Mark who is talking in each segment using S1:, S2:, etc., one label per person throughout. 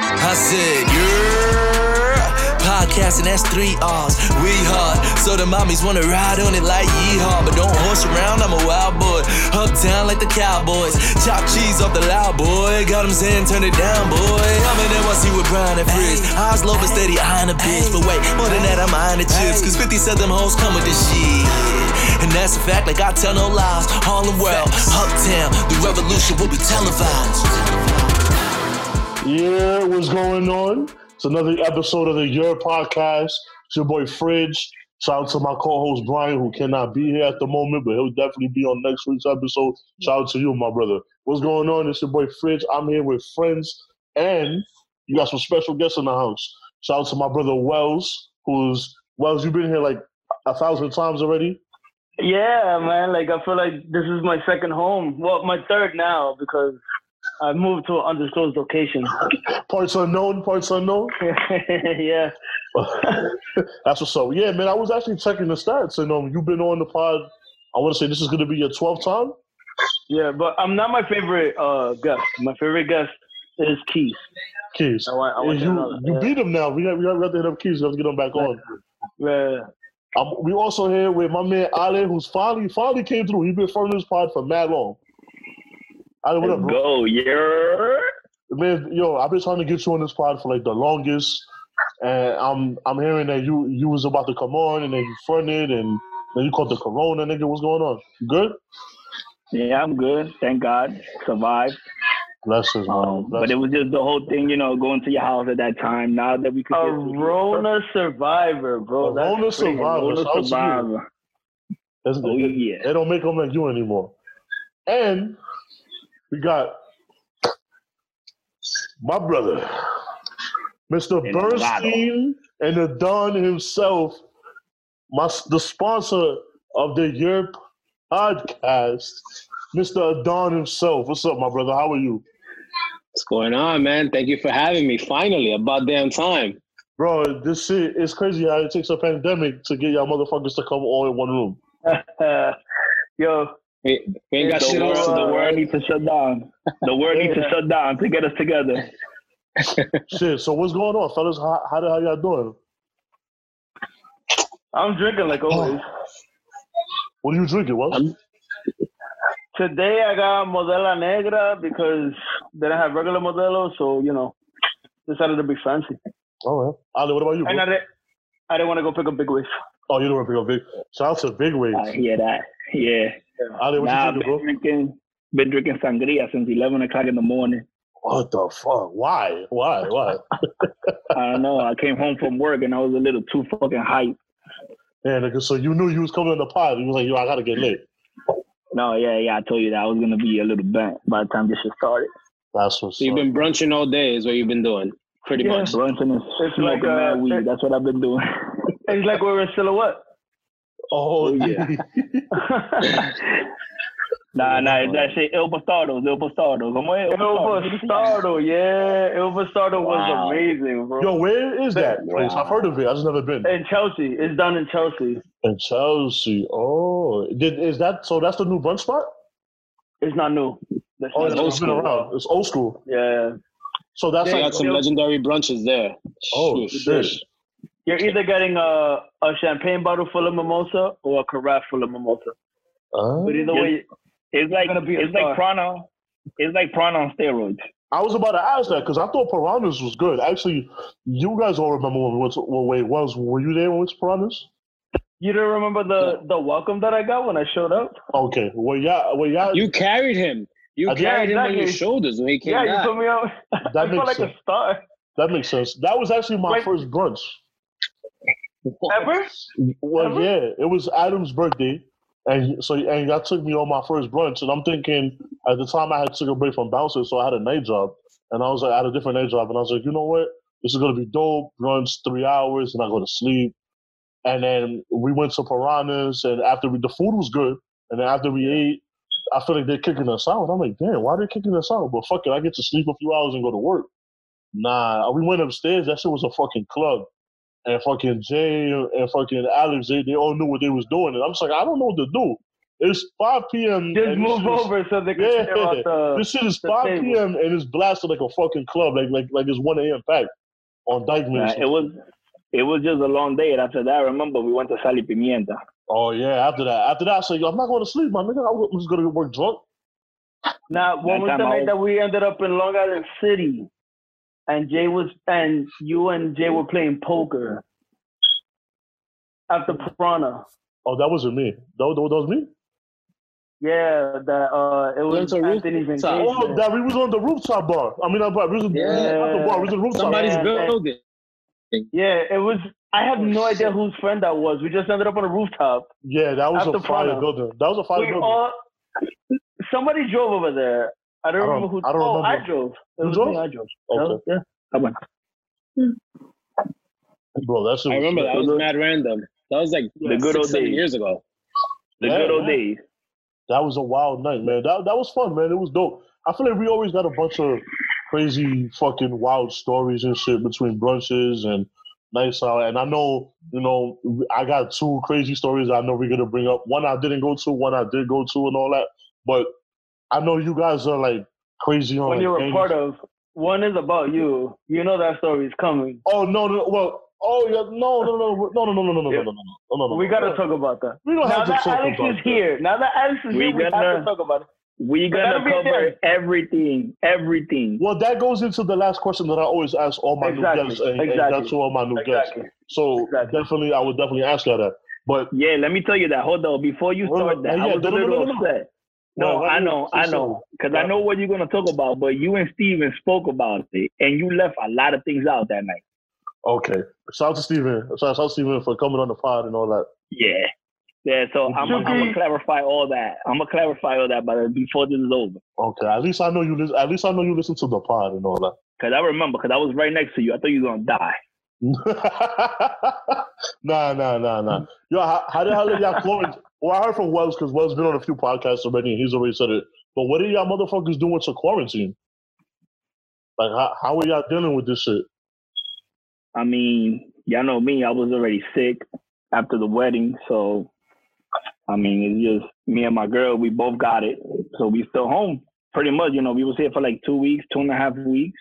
S1: Music, yeah. Podcasting, that's three R's. We hard, so the mommies wanna ride on it like yeehaw. But don't horse around, I'm a wild boy. Up down like the Cowboys. Chop cheese off the loud boy. Got 'em saying turn it down, boy. I'm in NYC with Brian and Frizz. Eyes low but steady, eyeing a bitch. But wait, more than that, I'm eyeing the chips. Cause 50 said them hoes come with this shit. And that's a fact, like I tell no lies. Harlem World, Uptown, the revolution will be televised.
S2: Yeah, what's going on? It's another episode of the Your Podcast. It's your boy Fridge. Shout out to my co-host Brian, who cannot be here at the moment, but he'll definitely be on next week's episode. Shout out to you, my brother. What's going on? It's your boy Fridge. I'm here with friends, and you got some special guests in the house. Shout out to my brother Wells, who's Wells. You've been here like a thousand times already.
S3: Yeah, man. Like I feel like this is my second home. Well, my third now because I moved to an undisclosed location.
S2: Parts unknown, parts unknown.
S3: yeah.
S2: That's what's up. Yeah, man, I was actually checking the stats, and um, you've been on the pod. I want to say this is going to be your 12th time.
S3: Yeah, but I'm not my favorite uh guest. My favorite guest is Keith.
S2: Keys.
S3: I want I want
S2: Yeah,
S3: to know
S2: you you
S3: that.
S2: beat him now. We got, we got we have to hit up Keys. We have to get him back on.
S3: Yeah.
S2: Um, we also here with my man Ale, who's finally finally came through. He's been from this pod for mad long. Ale, what up,
S4: Go,
S2: bro?
S4: yeah.
S2: Man, yo, I've been trying to get you on this pod for like the longest, and I'm I'm hearing that you you was about to come on, and then you fronted, and then you caught the corona, nigga. What's going on? You good?
S4: Yeah, I'm good. Thank God. Survived.
S2: Blessings, man.
S4: Um, but
S2: Blessings.
S4: it was just the whole thing, you know, going to your house at that time. Now that we could
S3: A
S4: get
S3: Rona survivor, bro. That's
S2: Corona
S3: crazy.
S2: survivor.
S4: Corona
S2: Shout out to you.
S4: survivor.
S2: That's
S4: Oh
S2: good.
S4: yeah.
S2: They don't make them like you anymore. And we got my brother, Mr.
S4: And
S2: Bernstein and the Don himself, my the sponsor of the Europe podcast, Mr. Don himself. What's up, my brother? How are you?
S5: What's going on, man? Thank you for having me. Finally, about damn time.
S2: Bro, this shit is crazy how it takes a pandemic to get y'all motherfuckers to come all in one room.
S3: Yo,
S5: We, we ain't got
S3: The
S5: shit
S3: world-
S5: else in the
S4: The world
S5: world.
S4: needs to shut down. The world needs to shut down to get us together.
S2: Shit, so what's going on, fellas? How, how the hell y'all doing?
S3: I'm drinking like always.
S2: What are you drinking, Wes?
S5: I'm-
S3: Today I got Modelo Negra because they don't have regular Modelo, so you know, decided to be fancy.
S2: All right. Ali, what about you, bro?
S3: And I didn't, I didn't want to go pick a big wave.
S2: Oh, you don't want to pick up big. Shout out to Big Wave.
S4: I hear that. Yeah.
S2: Ali, what
S4: Nah,
S2: you
S4: been
S2: drinking, bro?
S4: drinking been drinking sangria since eleven o'clock in the morning.
S2: What the fuck? Why? Why? Why?
S4: I don't know. I came home from work and I was a little too fucking hyped.
S2: Yeah, nigga. So you knew you was coming on the pod. You was like, yo, I gotta get lit.
S4: No, yeah, yeah. I told you that I was gonna be a little bent by the time this shit started.
S2: That's what's
S5: So you've
S2: up.
S5: been brunching all day, is what you've been doing, pretty
S3: Yeah.
S5: much.
S4: Blunting and
S3: It's
S4: smoking
S3: like, uh,
S4: mad weed. That's what I've been doing.
S3: It's like we're in silhouette.
S2: Oh yeah.
S4: yeah. nah, nah, that shit. El Bastardos, El Bastardos. Como es? El
S3: Elva Stardo, yeah. Elva Stardo
S4: Wow.
S3: was amazing, bro.
S2: yo, where is that
S4: Wow.
S2: place? I've heard of it. I just never been.
S3: In Chelsea. It's down in Chelsea.
S2: In Chelsea. Oh, did is that? So that's the new brunch spot.
S3: It's not new. That's
S2: Oh,
S3: not
S2: it's
S3: new.
S5: old
S2: it's been
S5: school.
S2: around. It's old school.
S3: Yeah.
S2: So that's
S5: They
S2: like
S5: got some legendary brunches there.
S2: oh shit.
S3: You're either getting a, a champagne bottle full of mimosa or a carafe full of mimosa.
S2: Uh,
S3: But either way,
S4: It's like
S3: You're gonna be a
S4: it's
S3: star.
S4: like Prana. It's like Prana on steroids.
S2: I was about to ask that because I thought Piranhas was good. Actually, you guys all remember when we went to, well, wait, was were you there when we went to Piranhas?
S3: you don't remember the, the welcome that I got when I showed up?
S2: Okay, well, yeah, well, yeah,
S5: You carried him. You
S2: Yeah,
S5: carried him on your
S3: exactly.
S5: shoulders when he came
S3: yeah,
S5: back.
S3: you put me up. I
S2: that
S3: felt
S2: makes
S3: like
S2: sense.
S3: a star.
S2: That makes sense. That was actually my
S3: Wait.
S2: first brunch.
S3: Ever?
S2: Well,
S3: Ever?
S2: yeah, it was Adam's birthday, and so and that took me on my first brunch. And I'm thinking at the time I had took a break from bouncing, so I had a night job, and I was like, I had a different night job, and I was like, you know what, this is gonna be dope. Brunch three hours, and I go to sleep. And then we went to Piranhas, and after we, the food was good, and then after we ate, I feel like they're kicking us out. I'm like, damn, why are they kicking us out? But fuck it, I get to sleep a few hours and go to work. Nah, we went upstairs. That shit was a fucking club. And fucking Jay and fucking Alex, they, they all knew what they was doing. And I'm just like, I don't know what to do. It's 5 p.m.
S3: Just
S2: and this
S3: move
S2: shit is-
S3: over so they can
S2: Yeah.
S3: yeah. out the.
S2: This shit is
S3: the
S2: 5
S3: table.
S2: p.m. and it's blasted like a fucking club, like like like it's 1 a.m. packed on Dykeman.
S4: Uh, it was it was just a long day. And after that, I remember we went to Sally Pimienta.
S2: oh yeah, after that, after that, I said, yo, I'm not going to sleep, my nigga. I'm just going to work drunk.
S3: Now,
S4: That
S3: when was
S4: time
S3: the
S4: I
S3: night
S4: was-
S3: that we ended up in Long Island City, and Jay was and you and Jay were playing poker after Piranha.
S2: Oh, that wasn't me. That, was- that was me.
S3: Yeah, that uh, it was
S5: That's a roof-
S3: Anthony's
S5: it's a-
S2: Oh,
S3: engagement.
S2: that we was on the rooftop bar. I mean, not bar. We was
S5: Yeah.
S2: not the bar. We was on the rooftop.
S5: Somebody's
S3: Yeah.
S5: building.
S3: Yeah, it was. I have
S5: Oh,
S3: no
S5: shit.
S3: idea whose friend that was. We just ended up on a rooftop.
S2: Yeah, that was
S3: After uh,
S2: a fire
S3: Prada.
S2: building. That was a fire
S3: We
S2: building.
S3: all. Somebody drove over there. I don't,
S2: I don't-
S3: remember who.
S2: I don't
S3: oh,
S2: remember.
S3: I drove. It
S2: You
S3: was
S2: drove?
S3: me, I drove.
S2: okay,
S3: Yeah.
S2: bro, that shit.
S5: I
S2: was-
S5: remember that was mad random. That was like
S4: The
S5: six,
S4: good old
S5: seven
S4: days.
S5: years ago.
S4: The
S2: Yeah,
S4: good old
S2: yeah.
S4: days.
S2: That was a wild night, man. That that was fun, man. It was dope. I feel like we always got a bunch of crazy fucking wild stories and shit between brunches and nights out. And I know, you know, I got two crazy stories I know we're gonna bring up. One I didn't go to, one I did go to, and all that. But I know you guys are like crazy on
S3: When
S2: like,
S3: you were
S2: gangs.
S3: part of. One is about you. You know that story is coming.
S2: Oh no, no, well, oh yeah, no, no, no, no, no, no, no, no, no, no, no, no, no, no, no, no.
S3: We gotta talk about that.
S2: We Oh, don't
S3: Now
S2: have to
S3: that
S2: talk
S3: Alex
S2: about
S3: is
S2: that.
S3: here, now that Alex is
S4: We
S3: here, we have
S4: gotta-
S3: to talk about it.
S4: We
S3: But
S4: gonna
S3: that'll be
S4: cover
S3: there.
S4: everything. Everything.
S2: Well, that goes into the last question that I always ask all my
S3: Exactly,
S2: new guests, and,
S3: exactly,
S2: and that's all my new guests.
S3: Exactly.
S2: So
S3: exactly.
S2: definitely, I would definitely ask you that. But
S4: Yeah, let me tell you that. Hold on, before you
S2: Hold
S4: start
S2: on.
S4: that,
S2: Yeah,
S4: I was
S2: no,
S4: a
S2: no, no,
S4: little
S2: no, no.
S4: upset. No,
S2: Well, why
S4: I
S2: you
S4: know,
S2: say
S4: I
S2: so?
S4: know, because
S2: Yeah.
S4: I know what you're gonna talk about. But you and Steven spoke about it, and you left a lot of things out that night.
S2: okay, shout out to Steven. Shout out to Steven for coming on the pod and all that.
S4: Yeah, yeah. So I'm, I'm gonna clarify all that. I'm gonna clarify all that, but before this is over,
S2: Okay, at least I know you. Listen, at least I know you listen to the pod and all that.
S4: because I remember, because I was right next to you. I thought you were gonna die.
S2: nah, nah, nah, nah. Yo, how, how the hell did y'all quarantine? Well, I heard from Wells because Wells been on a few podcasts already, and he's already said it. But what are y'all motherfuckers doing to quarantine? Like, how, how are y'all dealing with this shit?
S4: I mean, y'all know me. I was already sick after the wedding, so I mean, it's just me and my girl. We both got it, so we still home pretty much. You know, we was here for like two weeks, two and a half weeks,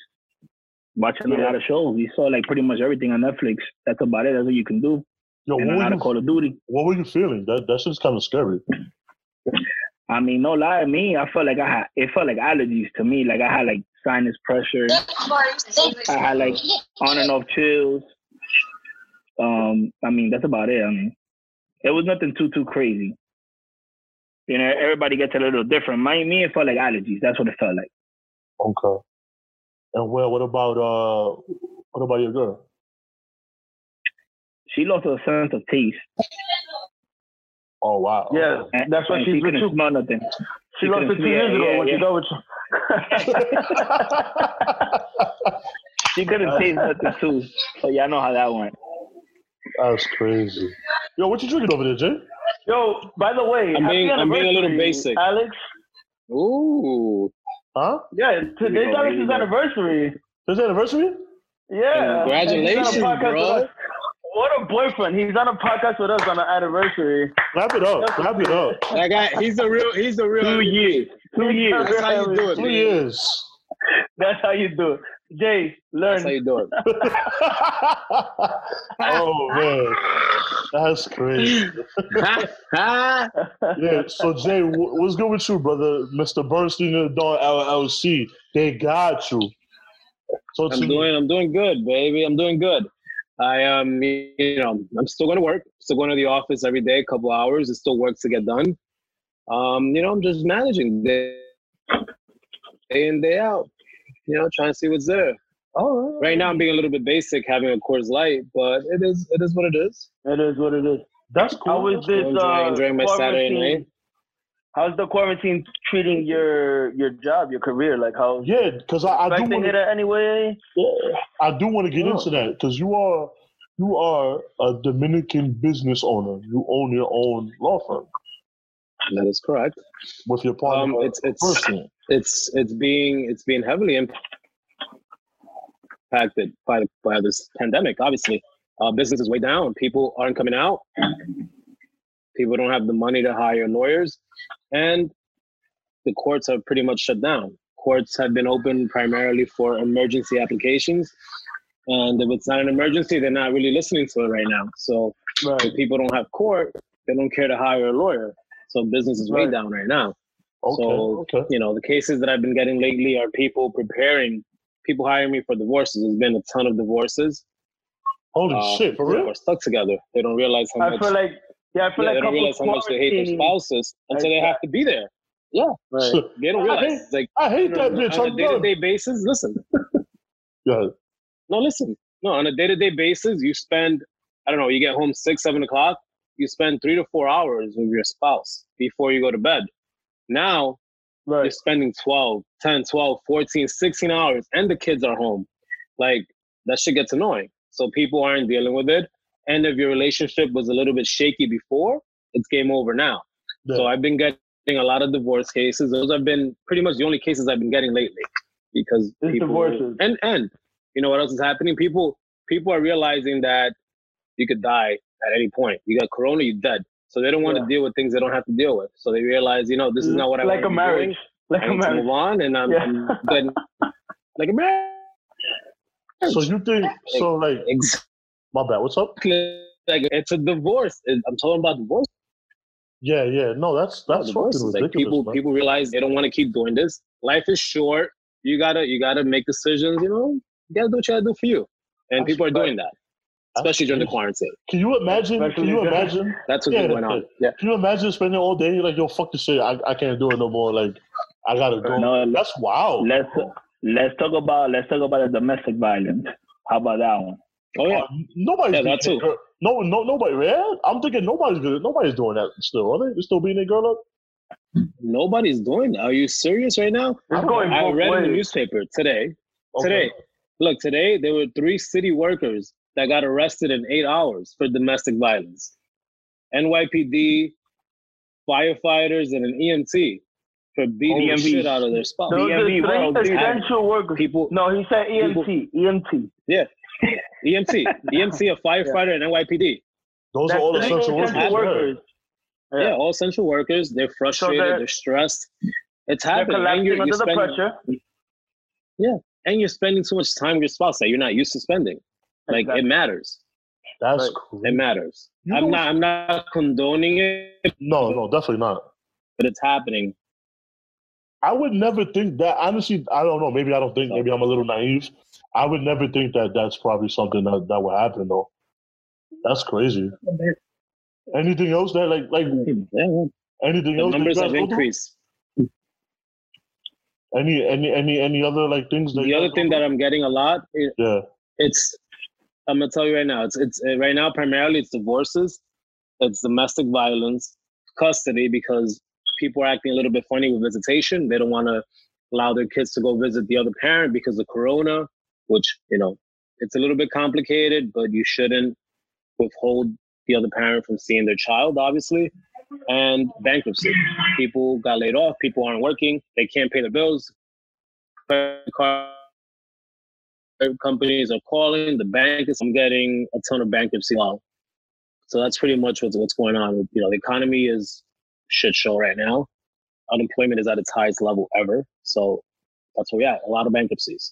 S4: watching a
S3: Yeah.
S4: lot of shows. We saw like pretty much everything on Netflix. That's about it. That's what you can do.
S2: Yo, what
S4: And a
S2: were,
S4: lot
S2: you,
S4: of Call of Duty.
S2: what were you feeling? That that shit's kind of scary.
S4: I mean, no lie, me, I felt like I had. It felt like allergies to me. Like I had like sinus pressure. I had like on and off chills. Um, I mean, that's about it. I mean, it was nothing too too crazy. You know, everybody gets a little different. My me, it felt like allergies. That's what it felt like.
S2: Okay. And well, what about uh, what about your girl?
S4: She lost her sense of taste.
S2: Oh wow.
S3: Yeah,
S4: And,
S3: that's why
S4: and
S3: she's
S4: she
S3: with
S4: couldn't
S3: you.
S4: smell nothing.
S3: She lost it
S4: couldn't
S3: two
S4: see it.
S3: years ago
S4: Yeah,
S3: when she
S4: yeah.
S3: got with you.
S4: She couldn't taste nothing too. So y'all know how that went.
S2: That's crazy. Yo, what you drinking over there, Jay?
S3: Yo, by the way,
S5: I'm being-
S3: happy
S5: I'm being a little
S3: anniversary,
S5: basic.
S3: Alex.
S5: Ooh.
S2: Huh?
S3: Yeah,
S4: Here we
S3: today's
S4: go,
S3: Alex's
S4: here we go.
S3: anniversary.
S2: This anniversary?
S3: Yeah.
S5: Congratulations,
S3: He's on a podcast
S5: bro.
S3: with us. What a boyfriend. He's on a podcast with us on an anniversary.
S2: Clap it up. Clap it up.
S5: That guy, he's a real, he's a real.
S4: Two years. Two years.
S5: That's how you do it.
S2: Two
S5: man.
S2: years.
S3: That's how you do it. Jay,
S5: That's how
S3: learn.
S5: you do it.
S2: oh man, that's crazy. Yeah. So Jay, wh- what's good with you, brother? Mr. Bernstein and Dawn LLC, they got you. So
S5: I'm
S2: to-
S5: doing, I'm doing good, baby. I'm doing good. I um, you know, I'm still going to work. Still going to the office every day, a couple hours. There's still work to get done. Um, you know, I'm just managing day, day in, day out. You know, trying to see what's there.
S3: Oh,
S5: Right now, I'm being a little bit basic, having a Coors Light, but it is, it is what it is.
S3: It is what it is.
S2: that's
S3: How
S2: cool.
S3: was this?
S5: Enjoying-
S3: uh,
S5: enjoying my Saturday
S3: quarantine-
S5: night.
S3: How's the quarantine treating your your job, your career? Like how
S2: Yeah, because I, I do
S3: affecting
S2: want
S3: it
S2: to.
S3: anyway?
S2: I do want to get
S3: Yeah.
S2: into that because you are you are a Dominican business owner. You own your own law firm
S5: That is correct.
S2: with your
S5: Um,
S2: partner.
S5: it's, it's,
S2: Bernstein.
S5: it's it's being it's being heavily impacted by by this pandemic. Obviously, uh, business is way down. People aren't coming out. People don't have the money to hire lawyers, and the courts are pretty much shut down. Courts have been open primarily for emergency applications, and if it's not an emergency, they're not really listening to it right now. So if people don't have court, they don't care to hire a lawyer. So business is way
S3: Right.
S5: down right now.
S2: Okay.
S5: So,
S2: okay.
S5: You know, the cases that I've been getting lately are people preparing, people hiring me for divorces. There's been a ton of divorces.
S2: Holy
S5: Uh,
S2: shit, for real?
S5: People are stuck together. They don't realize how
S3: I
S5: much.
S3: feel like yeah, I
S5: yeah,
S3: feel
S5: they
S3: like
S5: don't realize
S3: couples
S5: how much they hate their
S3: quarantine.
S5: spouses until they have to be there.
S3: Right.
S5: They don't
S2: I
S5: realize.
S2: hate-
S5: like
S2: I hate that
S5: on
S2: bitch.
S5: a
S2: I'm done.
S5: day-to-day basis, listen.
S2: Yeah.
S5: No, listen. No, on a day-to-day basis, you spend. I don't know. You get home six, seven o'clock. You spend three to four hours with your spouse before you go to bed. Now
S3: Right.
S5: you're spending 12 10 12 14 16 hours and the kids are home like that shit gets annoying so people aren't dealing with it and if your relationship was a little bit shaky before it's game over now
S2: Yeah.
S5: so i've been getting a lot of divorce cases those have been pretty much the only cases i've been getting lately because
S3: It's
S5: people,
S3: divorces.
S5: and and you know what else is happening people people are realizing that you could die at any point you got corona you're dead so they don't want
S3: Yeah. Mm.
S5: to deal with things they don't have to deal with so they realize you know this is not what i
S3: like
S5: wanna
S3: a
S5: be doing.
S3: marriage. Like
S5: I
S3: a
S5: need to
S3: marriage.
S5: move on, and I'm,
S3: Yeah.
S5: I'm good. like a man.
S2: So you think so? Like
S5: Exactly.
S2: my bad. What's up?
S5: Like it's a divorce. It- I'm talking about divorce.
S2: Yeah, yeah. No, that's that's fucking
S5: divorces.
S2: ridiculous.
S5: Like people,
S2: man.
S5: people realize they don't want to keep doing this. Life is short. You gotta, you gotta make decisions. You know, you gotta do what you gotta do for you. And
S2: That's
S5: people are
S2: right.
S5: doing that,
S2: That's
S5: especially during the
S2: crazy.
S5: quarantine.
S2: Can you imagine? Can
S3: Especially
S2: you
S3: that-
S2: imagine?
S5: That's what's
S2: Yeah,
S5: been going on.
S2: that's
S5: Yeah.
S2: Can you imagine spending all day like yo, fuck this shit. I, I can't do it no more. Like I gotta go.
S4: No,
S2: that's wild.
S4: let's let's talk about let's talk about the domestic violence. How about that one?
S5: Oh yeah.
S2: Uh, Nobody's
S5: Yeah,
S2: beating
S5: that too.
S2: their girl. No, no, nobody. Yeah, I'm thinking nobody's good. Nobody's doing that still. Are they? They're still beating their girl up?
S5: Nobody's doing. That. Are you serious right now?
S3: It's going
S5: I
S3: both
S5: read in the
S3: ways.
S5: newspaper today.
S2: Okay.
S5: Today, look, today there were three city workers that got arrested in eight hours for domestic violence. NYPD, firefighters, and an EMT for beating the
S4: EMVs.
S5: shit out of their spouse.
S3: Those are
S4: DMV
S3: three
S4: world, dude.
S3: essential workers.
S5: People,
S3: No, he said E EMT. EMT.
S5: EMT, EMT, E a firefighter, and NYPD.
S2: Those
S3: That's
S2: are all
S3: three
S2: essential workers.
S5: essential
S2: Yeah.
S3: workers.
S5: Yeah. all essential workers. They're frustrated.
S3: they're-
S5: they're, stressed. It's
S3: They're
S5: happening. And
S3: collapsing
S5: you're,
S3: under
S5: you're
S3: the
S5: spending,
S3: pressure.
S5: and you're spending so much time with your spouse that you're not used to spending. Like
S3: Exactly.
S5: it matters.
S2: That's
S3: Right.
S5: It
S2: crazy.
S5: matters.
S2: You know
S5: I'm not. I'm not condoning it,
S2: No, no, definitely not.
S5: but it's happening.
S2: I would never think that. Honestly, I don't know. Maybe I don't think. Maybe I'm a little naive. I would never think that that's probably something that, that would happen though. That's crazy. Anything else that like like
S5: Yeah, yeah.
S2: anything
S5: the
S2: else? that you
S5: numbers
S2: guys
S5: have
S2: go through?
S5: increased.
S2: Any any any any other like things? That
S5: The
S2: you
S5: other
S2: guys
S5: thing
S2: go
S5: that I'm getting a lot, it,
S2: through? yeah.
S5: it's I'm gonna tell you right now. It's it's uh, right now primarily it's divorces, it's domestic violence, custody because people are acting a little bit funny with visitation. They don't want to allow their kids to go visit the other parent because of corona, which you know it's a little bit complicated, but you shouldn't withhold the other parent from seeing their child, obviously. And bankruptcy. People got laid off. People aren't working. They can't pay their bills. Credit card companies are calling. The bank is. I'm getting a ton of bankruptcy law. So that's pretty much what's what's going on. You know, the economy is shit show right now. Unemployment is at its highest level ever. So that's where we at. A lot of bankruptcies.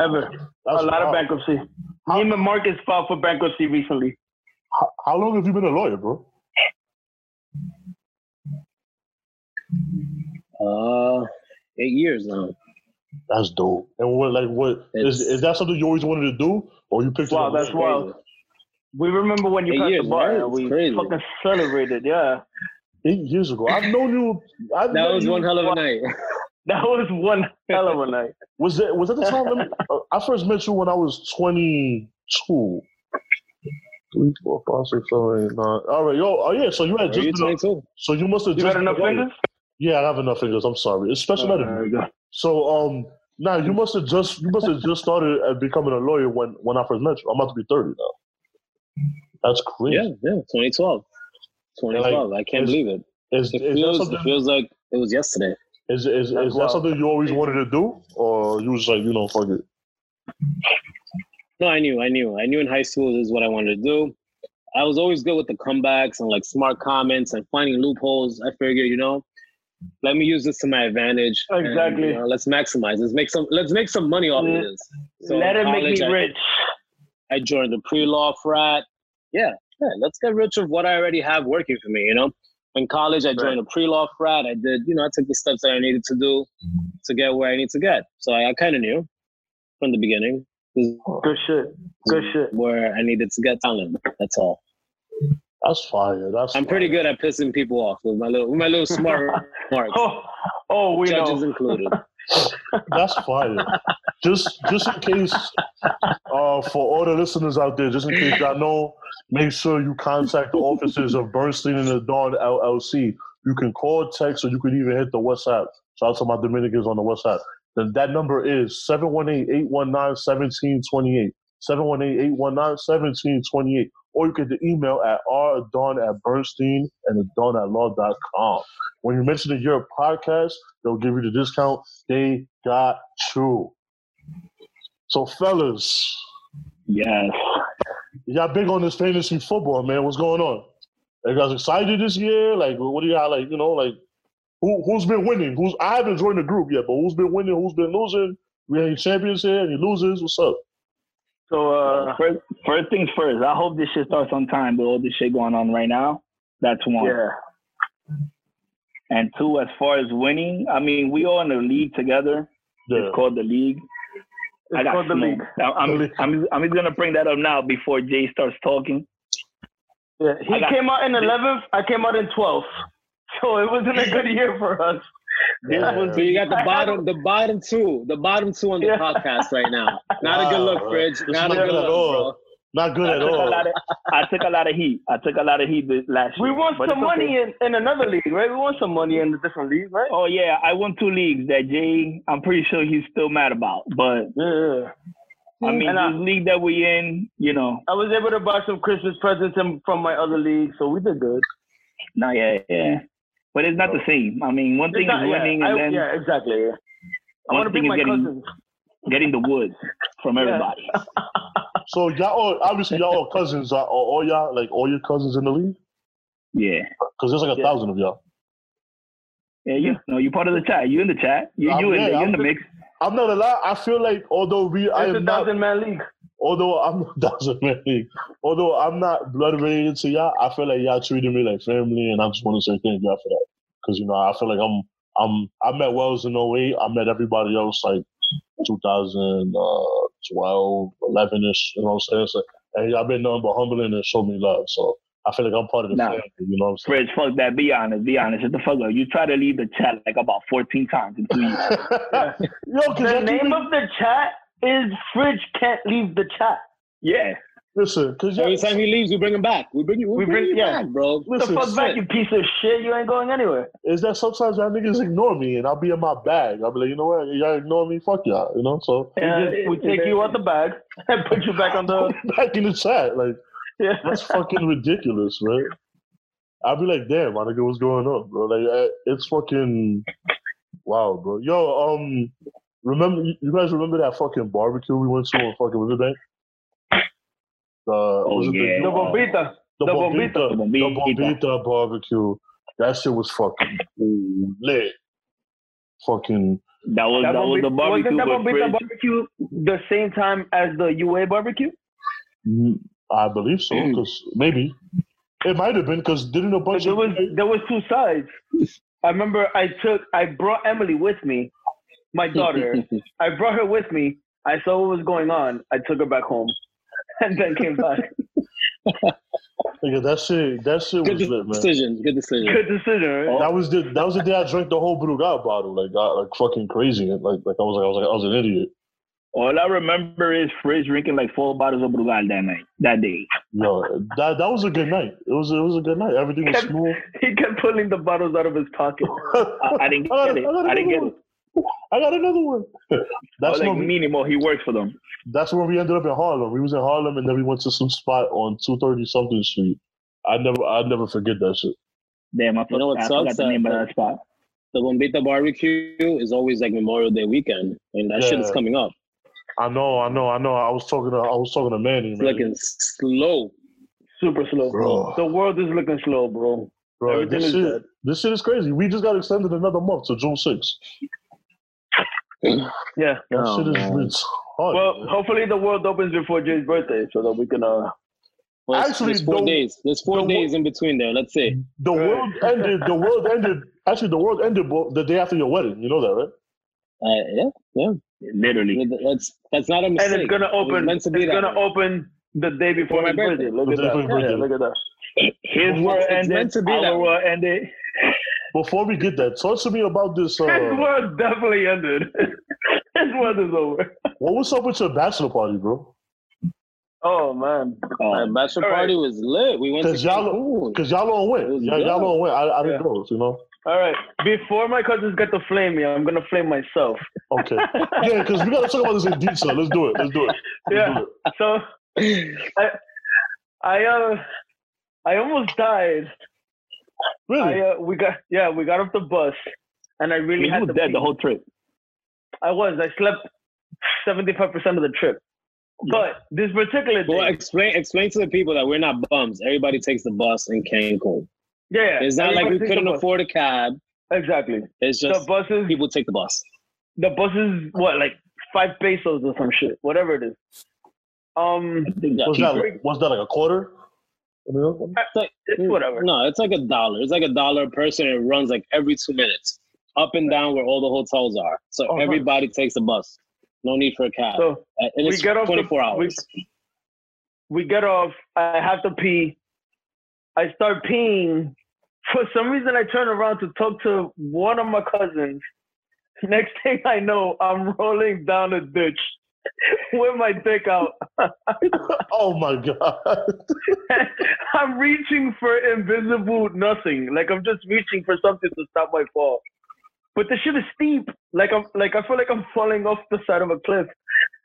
S3: Ever.
S2: That's
S3: a lot
S2: wild.
S3: of bankruptcy. Neiman Marcus filed for bankruptcy recently.
S2: How, how long have you been a lawyer, bro?
S5: Uh, eight years now.
S2: That's dope. And what like what is,
S5: It's-
S2: is that something you always wanted to do, or you picked? it
S3: Wow,
S2: up
S3: that's
S2: later?
S3: wild.
S5: Crazy.
S3: We remember when you
S5: Eight
S3: passed
S5: years,
S3: the bar
S5: right?
S3: and we
S5: It's crazy.
S3: fucking celebrated. Yeah,
S2: eight years ago. I've known you. I've
S5: That
S2: known
S5: was
S2: you-
S5: one hell of a night.
S3: that was one hell of a night.
S2: Was that was that the time? let me- uh, I first met you when I was twenty two. Three, four, five, six, seven, eight, nine. All right, yo, oh yeah. So you had
S5: Were
S2: just
S5: you
S2: been a-
S5: 22?
S2: so you must have
S3: You
S2: just
S3: got
S2: been
S3: enough
S2: a lawyer.
S3: fingers?
S2: Yeah, I have enough fingers. I'm sorry. It's special ed.
S3: there we go.
S2: So um, now you must have just you must have just started at becoming a lawyer when when I first met you. I'm about to be thirty now. That's crazy.
S5: Yeah, yeah, 2012. 2012. I can't
S2: it's-
S5: believe it.
S2: Is,
S5: It
S2: is,
S5: feels,
S2: that
S5: it
S2: something,
S5: feels like it was yesterday.
S2: is, is, is that
S3: wild.
S2: something you always wanted to do, or you was like, you know, fuck it?
S5: No, I knew, I knew, I knew in high school this is what I wanted to do. I was always good with the comebacks and like smart comments and finding loopholes. I figure, you know, let me use this to my advantage. and,
S3: Exactly.
S5: you know, let's maximize. Let's make some. Let's make some money off
S3: Mm.
S5: of this. So
S3: Let
S5: in
S3: it make
S5: college,
S3: me
S5: I-
S3: rich.
S5: I joined the pre-law frat. Yeah, yeah. Let's get rich of what I already have working for me. You know, in college I joined a pre-law frat. I did, you know, I took the steps that I needed to do to get where I need to get. So I, I kind of knew from the beginning this is
S3: Good shit. Good shit.
S5: where I needed to get talent. That's all.
S2: That's fire. That's
S5: I'm pretty good at pissing people off with my little, with my little smart remarks,
S3: Oh, oh we
S5: judges
S3: know.
S5: included.
S2: That's fire. just just in case, uh, for all the listeners out there, just in case y'all know, make sure you contact the offices of Bernstein and the Dawn LLC. You can call, text, or you can even hit the WhatsApp. Shout out to my Dominicans on the WhatsApp. Then that number is 718-819-1728. 718-819-1728. Or you can get the email at rdon at Bernstein and the Dawn at law.com. When you mention the Europe podcast, they'll give you the discount they got you. So, fellas,
S4: Yes.
S2: y'all big on this fantasy football, man. What's going on? Are you guys excited this year? Like, what do y'all like? You know, like who who's been winning? Who's I haven't joined the group yet, but who's been winning? Who's been losing? We any champions here? Any losers? What's up?
S3: So, uh,
S4: First, first things first. I hope this shit starts on time with all this shit going on right now. That's one.
S3: yeah.
S4: And two, as far as winning, I mean, we all in the league together.
S2: Yeah.
S4: It's called the league. I
S3: It's
S4: got
S3: called the league.
S4: smoked. I- I'm, I'm, I'm, just gonna bring that up now before Jay starts talking.
S3: Yeah, he
S4: I got-
S3: came out in 11th. I came out in 12th. So it wasn't a good year for us.
S2: Yeah.
S5: So you got the bottom, the bottom two, the bottom two on the
S3: Yeah.
S5: podcast right now. Not a
S2: Wow,
S5: good look,
S2: bro.
S5: Fridge.
S2: It's
S5: Not a
S2: not
S5: good
S2: good at
S5: look, bro.
S2: all. Not good
S4: I
S2: at
S4: took, a
S2: all.
S4: lot of, I took a lot of heat. I took a lot of heat this last
S3: We
S4: year.
S3: won
S4: but
S3: some
S4: it's okay.
S3: money in, in another league, right? We won some money in a different league, right?
S4: Oh yeah, I won two leagues that Jay. I'm pretty sure he's still mad about. But
S3: Yeah. yeah.
S4: I mean,
S3: Mm, And I-
S4: the league that we in, you know,
S3: I was able to buy some Christmas presents in, from my other league, so we did good.
S4: not yeah, yeah. But it's not the same. I mean, one thing
S3: It's not-
S4: is
S3: yeah,
S4: winning,
S3: I-
S4: and then
S3: yeah, exactly. Yeah. I
S4: One
S3: want to
S4: thing is
S3: be my
S4: getting-
S3: cousins.
S4: getting the wood from everybody.
S2: So y'all all, obviously y'all all cousins are are all y'all like all your cousins in the league
S4: Yeah.
S2: because there's like a
S3: Yeah.
S2: thousand of y'all.
S4: Yeah, you know, you're part of the chat. You in the chat. You
S2: I'm-
S4: you in
S2: yeah,
S4: the, you
S2: I'm
S4: in the
S2: the-
S4: mix.
S2: I'm not a lot. I feel like although we I
S3: It's a
S2: am not
S3: thousand man league.
S2: although I'm doesn't really, although I'm not blood related to y'all, I feel like y'all treated me like family, and I just want to say thank y'all for that. Because you know, I feel like I'm I'm I met Wells in 08. I met everybody else like 2012, 11 ish. You know what I'm saying? So, and y'all been nothing but humbling and show me love. So I feel like I'm part of the
S4: Nah.
S2: family. You know what
S4: Fridge, fuck that. Be honest. Be honest. It's the fuck up. You try to leave the chat like about 14 times. in two years.
S2: I'm saying? Yo, because
S3: The name of the chat is Fridge can't leave the chat.
S4: yeah.
S2: listen, because
S5: Every time he leaves, we bring him back. We bring you.
S3: We
S5: We, bring,
S3: bring-
S5: you
S3: yeah.
S5: back, bro.
S3: Get the
S2: listen,
S3: fuck back, you piece of shit. You ain't going anywhere.
S2: is that sometimes y'all niggas ignore me and I'll be in my bag. I'll be like, you know what, y'all ignore me, fuck y'all, you know. So
S3: And we take you out the bag and put you back on the.
S2: back in the chat, like
S3: Yeah.
S2: that's fucking ridiculous, man. I'll be like, damn, my nigga, what's going on, bro? Like I- it's fucking wow, bro. Yo, um, remember you- you guys remember that fucking barbecue we went to on fucking Riverbank? The was it
S4: Oh, yeah.
S2: the,
S3: The bombita.
S2: the,
S3: The
S2: bombita,
S3: Bombita.
S2: the bombita,
S4: Bombita.
S2: barbecue. That shit was fucking lit. Fucking
S4: That was that, was the barbecue.
S3: Wasn't that
S4: but Fridge,
S3: bombita barbecue the same time as the UA barbecue?
S2: Mm, I believe so, because maybe it might have been because didn't a bunch
S3: there
S2: of
S3: was there was two sides. I remember I took I brought Emily with me, my daughter. I brought her with me. I saw what was going on. I took her back home, and then came back.
S2: nigga, that shit that shit
S5: Good
S2: was lit, man.
S5: decision. Good decision.
S3: Good decision, right?
S4: Oh.
S2: That was the that was the day I drank the whole Brugal bottle, like I, like fucking crazy, and like like I was like I was like I was an idiot.
S4: all I remember is Fridge drinking like four bottles of Brugal that night, that day.
S2: No, that that was a good night. It was it was a good night. Everything was smooth.
S3: He kept pulling the bottles out of his pocket.
S4: I, I didn't
S2: got-
S4: get it.
S2: got
S4: I didn't
S2: another
S4: get
S2: one.
S4: it.
S2: I got another one.
S4: I was
S2: That's
S4: Oh, like,
S2: when we,
S4: minimo, he works for them.
S2: that's when we ended up in Harlem. We was in Harlem and then we went to some spot on two thirty something street. I never I never forget that shit.
S4: Damn, I,
S5: You
S4: forgot-
S5: know what
S4: I
S5: sucks?
S4: forgot the name of that spot.
S5: The Bombita barbecue is always like Memorial Day weekend, and that shit is
S2: Yeah.
S5: coming up.
S2: I know, I know, I know. I was talking to I was talking to Manny.
S5: It's
S2: man.
S5: looking slow.
S3: Super slow.
S2: Bro.
S3: The world is looking slow, bro.
S2: Bro,
S3: Everything
S2: this
S3: is
S2: shit,
S3: dead.
S2: this shit is crazy. We just got extended another month to June 6th.
S3: Yeah.
S2: That
S5: Oh,
S2: shit is
S5: man.
S2: it's hard.
S3: Well, hopefully the world opens before Jay's birthday so that we can uh
S5: Well, it's-
S2: Actually,
S5: there's four
S2: the-
S5: days. There's four
S2: the-
S5: days in between there. Let's say.
S2: the
S3: Right.
S2: world ended. The world ended. Actually, the world ended bo- the day after your wedding. You know that, right?
S5: Uh, yeah,
S4: Literally.
S5: yeah. That's that's not a mistake.
S3: and it's gonna
S5: It was
S3: open
S5: meant
S3: it's
S5: to be that
S3: gonna
S5: way.
S3: open the day before
S5: my
S3: his
S5: birthday.
S3: birthday. Look
S2: The
S3: at
S2: day
S3: that.
S2: before his
S3: Yeah, Look at that.
S4: His world
S5: It's meant
S4: ended.
S5: to be that
S4: Our
S5: way.
S4: world ended.
S2: Before we get that, talk to me about this. Uh,
S3: His world definitely ended. His world is over.
S2: what was up with your bachelor party, bro?
S3: Oh man.
S5: Our
S4: Um,
S5: bachelor
S3: All right.
S5: party was lit. We went to
S2: Cause y'all-
S5: Cancun.
S2: Because y'all don't
S5: It was
S2: win. Y'all, y'all
S5: good.
S2: don't win. I, I didn't
S3: Yeah.
S2: go. You know.
S3: All right. Before my cousins get to flame me, I'm gonna flame myself.
S2: Okay. yeah, because we gotta talk about this in detail. Let's do it. Let's do it. Let's
S3: Yeah.
S2: do it.
S3: So I I uh I almost died. I
S2: Really?
S3: uh, we got yeah, we got off the bus and I
S4: I
S3: really
S4: mean, he
S3: had
S4: was
S3: to
S4: dead
S3: pee.
S4: the whole trip.
S3: I was. I slept seventy five percent of the trip. But this particular day,
S5: Well, explain explain to the people that we're not bums. Everybody takes the bus in Cancun.
S3: yeah,
S5: It's not like we
S3: everybody takes the
S5: couldn't
S3: bus.
S5: afford a cab.
S3: Exactly.
S5: It's
S3: The
S5: just
S3: buses,
S5: people take the bus.
S3: the buses, what like five pesos or some shit, whatever it is. Um,
S4: I think
S2: Was
S4: cheaper.
S2: that like, was that like a quarter? You know?
S3: it's whatever.
S5: Mm, Hmm. No, it's like a dollar. It's like a dollar a person. It runs like every two minutes, up and down where all the hotels are. So
S2: Oh, right.
S5: everybody takes a bus. No need for a cab.
S3: Uh-huh. So
S5: and
S3: we
S5: it's
S3: get off the-
S5: 24 hours.
S3: we get off. I have to pee. I start peeing. For some reason, I turn around to talk to one of my cousins. Next thing I know, I'm rolling down a ditch with my dick out.
S2: Oh my god.
S3: I'm reaching for invisible nothing. Like I'm just reaching for something to stop my fall. But the shit is steep. Like I'm like I feel like I'm falling off the side of a cliff.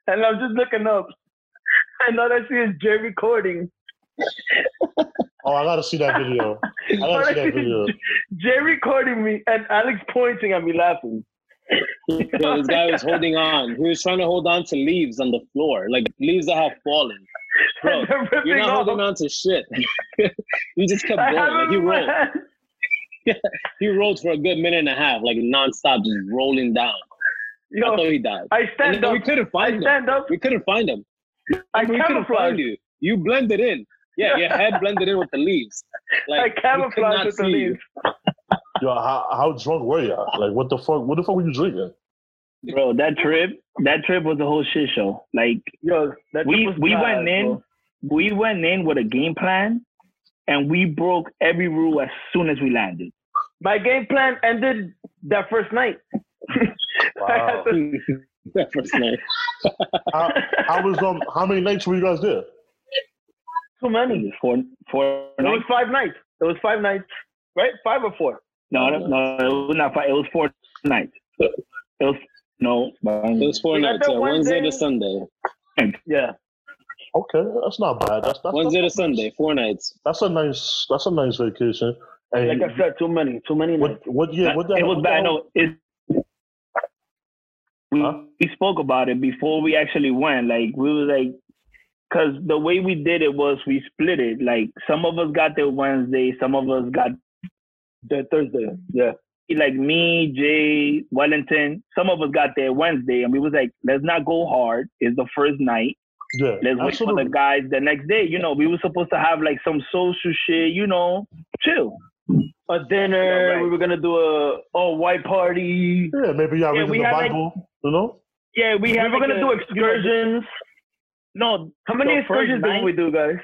S3: And I'm just looking up. And all I see is Jay recording.
S2: Oh, I gotta see that video. I
S3: All
S2: gotta see
S3: I
S2: that
S3: see
S2: video.
S3: is Jay recording me and Alex pointing at me laughing.
S5: Yo, this guy was holding on. He was trying to hold on to leaves on the floor, like leaves that have fallen. Bro,
S3: And they're
S5: you're
S3: ripping
S5: not
S3: off.
S5: holding on to shit. you just kept
S3: I
S5: going.
S3: have
S5: Like
S3: him
S5: he
S3: in my
S5: rolled.
S3: hand.
S5: He rolled for a good minute and a half, like nonstop, just rolling down. I
S3: Yo,
S5: thought he died.
S3: I
S5: And
S3: stand
S5: then
S3: up.
S5: we couldn't
S3: I
S5: find him.
S3: stand up.
S5: We couldn't find him.
S3: I
S5: we couldn't
S3: camouflage.
S5: find you. You blended in. Yeah, your head blended in with the leaves.
S3: I
S5: Like we could
S3: camouflage
S5: not
S3: with the
S5: see you.
S3: leaves.
S2: Yo, how, how drunk were you? Like, what the fuck? What the fuck were you drinking?
S4: Bro, that trip, that trip was a whole shit show. Like
S3: Yo, that
S4: We-
S3: trip was
S4: we
S3: bad,
S4: went in.
S3: bro.
S4: we went in with a game plan, and we broke every rule as soon as we landed.
S3: My game plan ended that first night. I had
S2: Wow.
S3: to-
S5: That first night.
S2: how, how was um? How many nights were you guys there?
S3: too many.
S4: Four, four
S3: It was
S4: nights.
S3: five nights. It was five nights, right? Five or four.
S4: No, no, no, it was not five. It was four nights. It was no.
S5: It was four
S3: We got
S5: nights.
S3: that
S5: Yeah, Wednesday
S3: Wednesday.
S5: to Sunday.
S3: Yeah.
S2: Okay, that's not bad. That's that's,
S5: Wednesday to Sunday. Four nights.
S2: that's a nice that's a nice vacation.
S3: Like
S2: And
S3: I said, too many. Too many nights.
S2: what what yeah what the
S4: it
S2: hell-
S4: was
S2: what the
S4: bad.
S2: hell-
S4: No, it. We,
S2: Huh?
S4: we spoke about it before we actually went. Like we was like, because the way we did it was we split it. Like some of us got there Wednesday, some of us got
S3: The Thursday. Yeah.
S4: like me, Jay, Wellington. Some of us got there Wednesday, and we was like, let's not go hard. It's the first night.
S2: yeah
S4: Let's wait for the
S2: absolutely.
S4: guys the next day. You know, we were supposed to have like some social shit. You know, chill.
S3: A dinner.
S4: Yeah, right.
S3: We were gonna do a all white party.
S2: yeah maybe y'all
S4: Yeah,
S2: reading
S4: we
S2: the
S4: had, like-
S2: Bible you know
S4: Yeah, we,
S3: We
S4: had,
S3: were
S4: like,
S3: gonna
S4: a-
S3: do
S4: you know,
S3: excursions.
S4: No,
S3: How many
S4: the first
S3: excursions did
S4: night-
S3: we do, guys?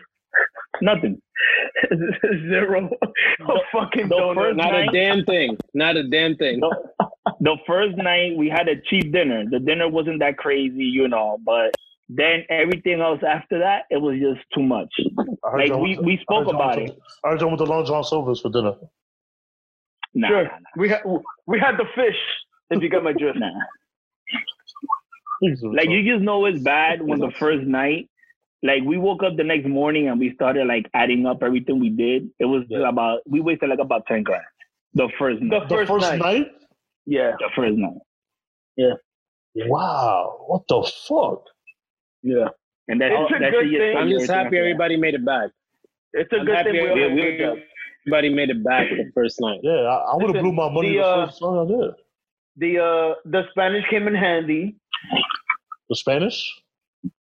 S4: nothing.
S3: Zero. oh, fucking
S4: the
S3: donut.
S4: first
S5: Not a
S4: Night.
S5: damn thing. Not a damn thing.
S4: No. The first night we had a cheap dinner. The dinner wasn't that crazy, you know, but then everything else after that, it was just too much.
S2: I heard
S4: Like
S2: y'all
S4: we,
S2: went to-
S4: we
S2: I heard
S4: spoke
S2: y'all
S4: about
S2: went
S4: it.
S2: to- I heard y'all went to Long John Silver's for dinner
S4: Nah,
S3: Sure. We had we had the fish. If you got my drift.
S4: nah. Like you just know it's bad when the first night, like we woke up the next morning and we started like adding up everything we did. It was
S2: Yeah.
S4: about we wasted like about ten grand. The first
S3: The
S4: night.
S2: the
S3: first, night. Yeah.
S4: The first night.
S2: wow what the fuck
S3: Yeah.
S4: And that,
S3: It's a
S4: that
S3: good
S4: shit just
S3: thing.
S5: I'm just happy everybody made it back.
S3: It's a
S5: I'm
S3: good
S5: happy
S3: thing we
S5: we-
S3: all
S5: we-
S3: agreed up.
S5: Everybody made it back the first night.
S2: Yeah, I, I would have
S3: Listen,
S2: blew my money
S3: the,
S2: the,
S3: uh,
S2: first time I did.
S3: The uh, the Spanish came in handy.
S2: The Spanish?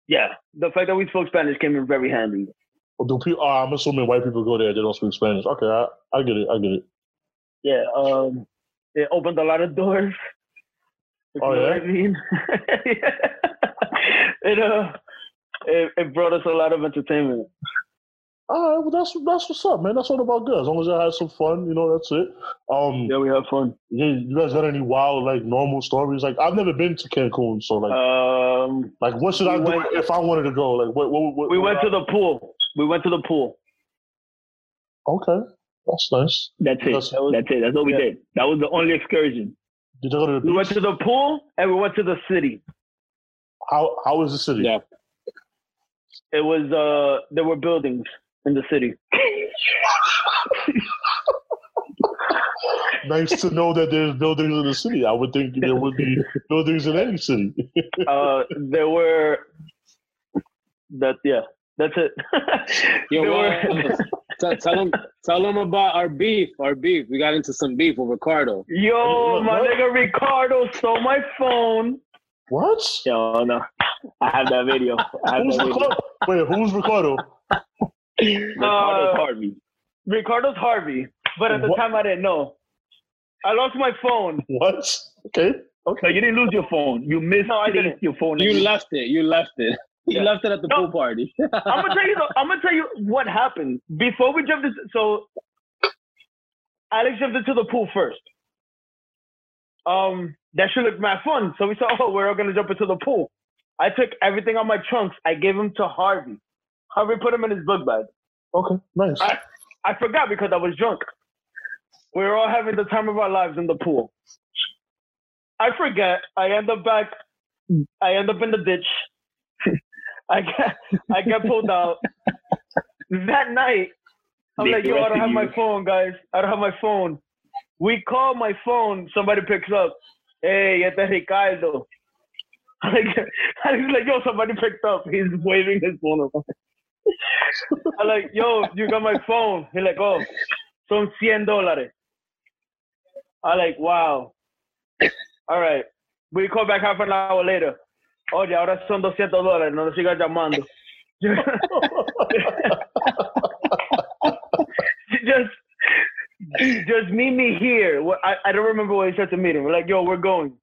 S3: Yeah, the fact that we spoke Spanish came in very handy.
S2: Or do people, uh, I'm assuming white people go there, they don't speak Spanish. Okay, I, I get it, I get it.
S3: Yeah, um, it opened a lot of doors. If
S2: Oh,
S3: you know
S2: yeah?
S3: what I mean? it uh, it, it brought us a lot of entertainment.
S2: All right, well, that's, that's what's up, man. That's all about good. As long as I had some fun, you know, that's it. Um,
S3: Yeah, we had fun.
S2: yeah, you guys got any wild, like, normal stories? Like, I've never been to Cancun, so, like,
S3: Um,
S2: like what should I
S3: Uh,
S2: do
S3: we went-
S2: if I wanted to go? Like, what, what, what
S3: we went to the pool. We went to the pool.
S2: Okay, that's nice.
S4: That's it.
S2: That's-
S4: That's it. That's what we
S3: Yeah.
S4: did. That was the only excursion.
S2: Did you go to the
S3: We went
S2: beach?
S3: to the pool and we went to the city.
S2: How, how is the city?
S5: Yeah.
S3: It was uh, there were buildings in the city.
S2: Nice to know that there's buildings in the city. I would think there would be buildings in any city.
S3: Uh, there were that yeah. That's it.
S5: Yo,
S3: There
S5: well,
S3: were-
S5: tell, tell them tell them about our beef. Our beef. We got into some beef with Ricardo.
S3: Yo,
S2: What?
S3: my nigga Ricardo stole my phone.
S2: What?
S4: Yo, no. I have that video. I have
S2: Who's
S4: that video.
S2: Ricardo? Wait, who's Ricardo?
S4: Ricardo
S3: Uh,
S4: Harvey.
S3: Ricardo's Harvey, but at the
S2: What?
S3: time I didn't know. I lost my phone.
S2: What? Okay.
S4: So you didn't lose your phone. You missed
S3: No, I didn't.
S4: your phone.
S5: You left it. You left it. You
S3: Yeah.
S5: left it at the
S3: No.
S5: pool party.
S3: I'm gonna tell you. The, I'm gonna tell you what happened before we jumped. Into, so, Alex jumped into the pool first. Um, that should look mad fun. So we said, "Oh, we're all gonna jump into the pool." I took everything on my trunks. I gave them to Harvey. Harvey put them in his book bag.
S2: Okay. Nice.
S3: I- I forgot because I was drunk. We were all having the time of our lives in the pool. I forget. I end up back. I end up in the ditch. I get I get pulled out. that night, I'm
S4: They
S3: like, yo, I don't
S4: arrested
S3: have
S4: you.
S3: my phone, guys. I don't have my phone. We call my phone. Somebody picks up. Hey, este es Ricardo. Like, I was like, yo, somebody picked up. He's waving his phone around. I'm like, yo, you got my phone. He's like, oh, son 100 dólares. I like, wow. All right. We call back half an hour later. Oye, ahora son 200 dólares. No nos sigas llamando. just, just meet me here. What- I, I don't remember what he said to meet him. We're like, yo, we're going.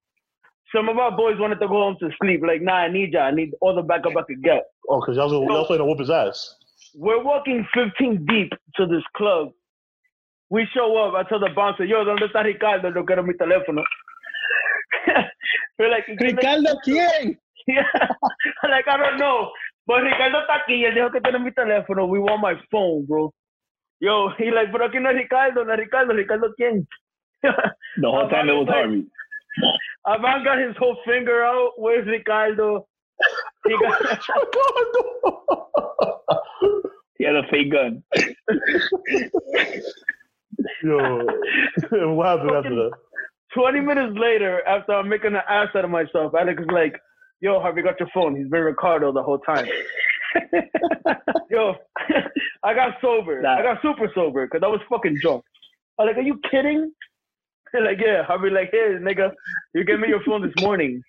S3: Some of our boys wanted to go home to sleep. Like, nah, I need y'all. I need all the backup I could get.
S2: oh, because y'all, was- y'all playing to whoop his ass.
S3: We're walking 15 deep to this club. We show up. I tell the bouncer, yo, ¿dónde está Ricardo? No quiero mi teléfono. We're like,
S5: Ricardo, ¿quién?
S3: yeah. like, I don't know. But Ricardo está aquí. Él dijo que tiene mi teléfono. We want my phone, bro. Yo, he like, pero aquí no es Ricardo, no es Ricardo. Ricardo, ¿quién?
S4: The whole
S3: I'm
S4: time it was
S3: like-
S4: Harvey.
S3: Avant got his whole finger out. Where's Ricardo? He got,
S4: He had a fake gun.
S2: Yo. what happened after that?
S3: 20 minutes later, after I'm making an ass out of myself, Alex is like, Yo, Harvey got your phone. He's been Ricardo the whole time. Yo, I got sober.
S4: Nah.
S3: I got super sober because I was fucking drunk. I'm like, Are you kidding? They're like, Yeah. Harvey, like, Here, nigga, you gave me your phone this morning.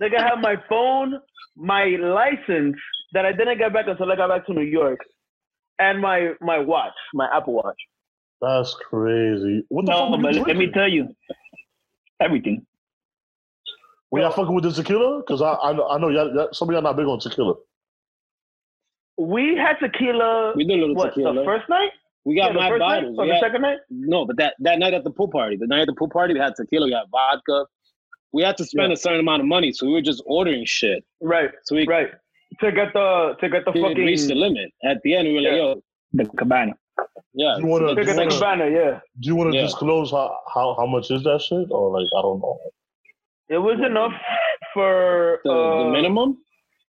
S3: Nigga had my phone, my license that I didn't get back until I got back to New York, and my, my watch, my Apple Watch.
S2: That's crazy. What the
S4: No, but
S2: fuck? Were, you
S4: let me
S2: drinking?
S4: tell you, everything.
S2: were y'all fucking with the tequila? Because I, I, know- I know y'all, y'all, some of y'all not big on tequila.
S3: We had tequila.
S5: We did a little
S3: what,
S5: tequila.
S3: the first night?
S5: we got
S3: Yeah, the
S5: my
S3: first night
S5: bottles.
S3: or
S5: We
S3: the
S5: had-
S3: second night?
S5: no, but that, that night at the pool party, the night at the pool party, we had tequila, we had vodka. We had to spend a certain amount of money, so we were just ordering shit.
S3: Right,
S5: So we
S3: right. To get the to get the
S5: didn't reach the
S3: fucking
S5: limit. At the end, we were like,
S3: Yeah.
S5: yo,
S4: The cabana.
S5: yeah.
S2: You wanna-
S3: to
S5: so the
S2: you
S3: get the
S5: second-
S2: wanna-
S3: cabana. Yeah,
S2: Do you want to
S5: Yeah.
S2: disclose how, how, how much is that shit? Or, like, I don't know.
S3: it was enough for
S5: the,
S3: uh,
S5: the minimum?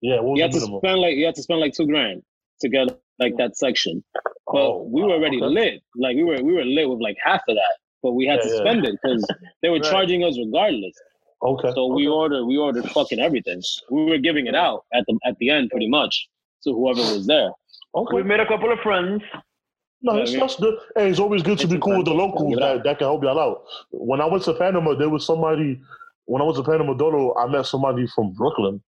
S2: Yeah, what was the
S5: You had to
S2: minimum?
S5: spend like you had to spend like two grand to get like that section. But
S2: Oh,
S5: we were already
S2: okay.
S5: lit. Like we were we were lit with like half of that. But we had
S2: Yeah,
S5: to
S2: yeah.
S5: spend it because they were
S3: Right.
S5: charging us regardless.
S2: Okay.
S5: So we ordered we ordered fucking everything. We were giving it out at the at the end pretty much. to whoever was there.
S3: We
S2: Okay.
S3: made a couple of friends.
S2: No, that's, that's good. Hey, it's always good to be cool with the locals that, that can help y'all out. When I went to Panama, there was somebody. When I was to Panama Dodo, I met somebody from Brooklyn,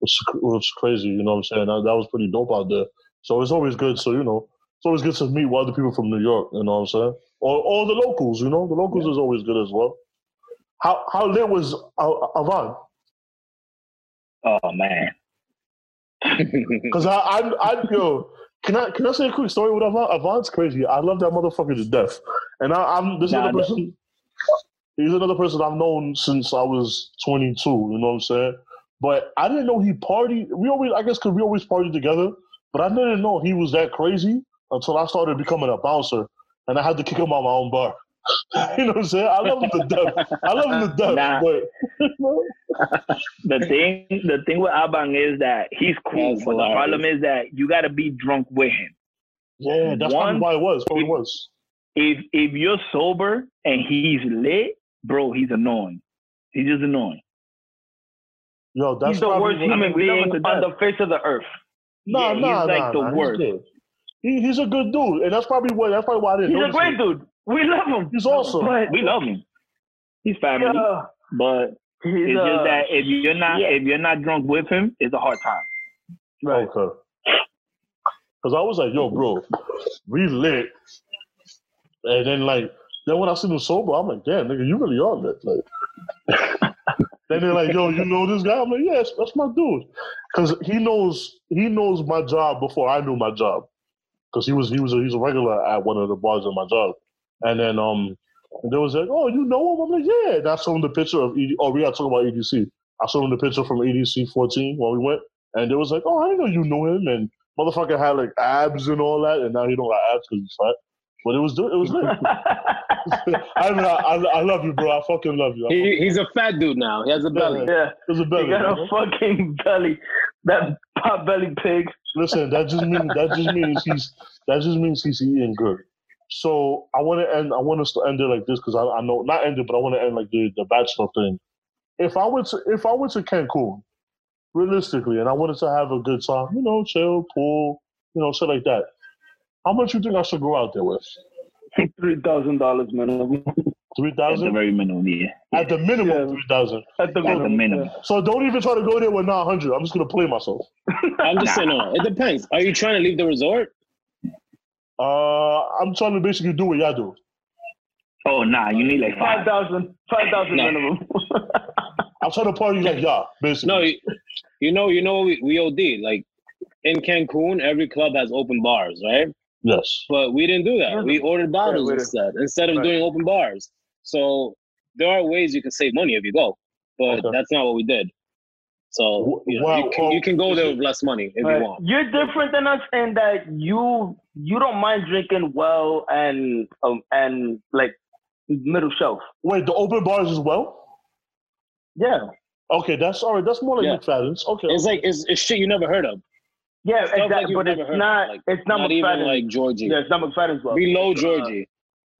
S2: which was crazy. You know what I'm saying? That, that was pretty dope out there. So it's always good. So you know, it's always good to meet other people from New York. You know what I'm saying? Or or the locals. You know, the locals is always good as well. How how lit was uh, Avon?
S4: Oh man.
S2: Because I, I, I, yo, can I, can I say a quick story with Avant? Avant's crazy. I love that motherfucker to death. And I, I'm this is
S4: Nah,
S2: another
S4: no.
S2: person. He's another person I've known since I was 22. You know what I'm saying? But I didn't know he partied. We always, I guess, because we always partied together. But I didn't know he was that crazy until I started becoming a bouncer, and I had to kick him out my own bar. you know what I'm saying? I love him to death. I love him to death.
S4: Nah.
S2: But
S4: The thing, the thing with Abang is that he's cool,
S5: That's
S4: but the
S5: hilarious.
S4: problem is that you gotta be drunk with him.
S2: yeah, that's probably
S4: One-
S2: why it was. Probably was.
S4: If if you're sober and he's lit, bro, he's annoying. He's just annoying.
S2: Yo, that's
S3: He's the
S2: probably
S3: worst
S2: what-
S4: I
S3: human
S4: mean, we love him
S3: being
S4: to
S3: on
S4: death.
S3: the face of the earth.
S2: No,
S4: Yeah,
S2: no,
S4: he's
S2: no,
S4: like the
S2: no,
S4: worst.
S2: He's, good. He, he's a good dude, and that's probably what. That's probably why I didn't.
S3: He's a
S2: notice
S3: great
S2: it.
S3: dude. We love him.
S2: He's awesome.
S3: But
S4: We love him. He's family,
S3: yeah,
S4: but
S3: he's
S4: it's
S3: uh,
S4: just that if you're not
S3: yeah.
S4: if you're not drunk with him, it's a hard time.
S3: right.
S2: Okay. Because I was like, "Yo, bro, we lit," and then like, then when I see him sober, I'm like, "Damn, nigga, you really are lit." Like, then they're like, "Yo, you know this guy?" I'm like, "Yes, that's my dude," because he knows he knows my job before I knew my job. Because he was he was a, he was a regular at one of the bars in my job, and then um, and they was like, "Oh, you know him?" I'm like, "Yeah." And I showed him the picture of ED- oh, we got to talk about EDC. I showed him the picture from E EDC 14 when we went. And it was like, oh, I didn't know you knew him. And motherfucker had like abs and all that. And now he don't got abs because he's fat. But it was do- it was lit. I mean, I, I, I love you, bro. I fucking love you. I fucking-
S5: He, he's a fat dude now. He has a belly.
S3: yeah,
S2: It was a
S3: he
S2: belly.
S3: got
S2: bro.
S3: a fucking belly. That pot belly pig.
S2: Listen, that just means that just means he's that just means he's eating good. So I want to end. I want us to end it like this because I, I know not end it, but I want to end like the the bachelor thing. If I went to if I went to Cancun, realistically, and I wanted to have a good time, you know, chill, pool, you know, shit like that. How much you think I should go out there with?
S3: Three thousand dollars minimum.
S2: Three
S4: At the
S2: thousand
S4: very minimum, yeah.
S2: at the minimum,
S3: Yeah.
S2: three thousand.
S3: At the
S4: At the minimum.
S2: So don't even try to go there with nine hundred. I'm just gonna play myself.
S5: I'm just saying, no, it depends. Are you trying to leave the resort?
S2: Uh, I'm trying to basically do what y'all do.
S4: Oh nah, you need like
S3: Five
S4: five.
S3: thousand. Five thousand
S5: No.
S3: minimum.
S2: I'm trying to party like y'all, basically.
S5: No, you, you know, you know, we, we OD like in Cancun. Every club has open bars, right?
S2: yes.
S5: But we didn't do that. We ordered bottles
S3: Yeah, we didn't.
S5: instead, instead of
S3: Right.
S5: doing open bars. So there are ways you can save money if you go, but
S2: Okay.
S5: that's not what we did. So
S2: W-
S5: you, know,
S2: wow,
S5: you, can,
S2: oh,
S5: you can go there with less money if
S3: Right.
S5: you want.
S3: You're different than us in that you you don't mind drinking well and um, and like middle shelf.
S2: Wait, the open bars as well?
S3: Yeah,
S2: Okay, that's all right. That's more like
S5: Yeah.
S2: McFadden's. Okay.
S5: It's like it's, it's shit you never heard of.
S3: yeah,
S5: Stuff like
S3: exactly.
S5: you've
S3: but it's
S5: never heard
S3: not
S5: of, like,
S3: it's not,
S5: Not, even
S3: McFadden's.
S5: like Georgie.
S3: yeah, it's not McFadden's well.
S5: Below
S3: It's, uh,
S5: Georgie.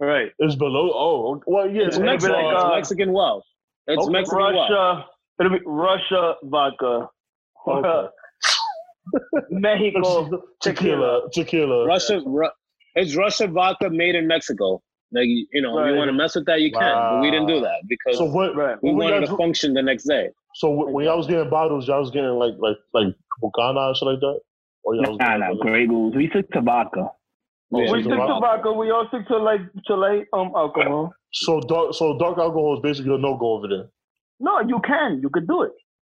S3: right?
S2: it's below. Oh, okay. well, yeah. it's-
S5: It's
S3: it'd be
S5: Mexican.
S3: like,
S5: it's
S3: uh,
S5: Mexican well. It's
S2: okay,
S5: Mexican well.
S3: Russia. It'll be Russia vodka.
S2: Okay.
S3: Mexico.
S2: tequila, tequila.
S5: Russia, Ru- it's Russia vodka made in Mexico. Like you you know, if
S3: Right.
S5: you want to mess with that, you can. But we didn't do that because
S2: So what?
S3: Right.
S5: we
S2: when
S5: wanted
S2: y'all
S5: to
S2: dr-
S5: function the next day.
S2: so wh- when y'all was getting bottles, y'all was getting like like like Bucana and shit like that, or y'all was
S4: Nah,
S2: getting
S4: nah,
S2: like-
S4: Grey Goose. We took tabacco.
S5: Yeah,
S3: we
S5: it's
S3: stick to
S2: vodka.
S3: vodka. We all stick to like to like um alcohol.
S2: so dark. So dark alcohol is basically a no go over there.
S3: No, you can. You can do it.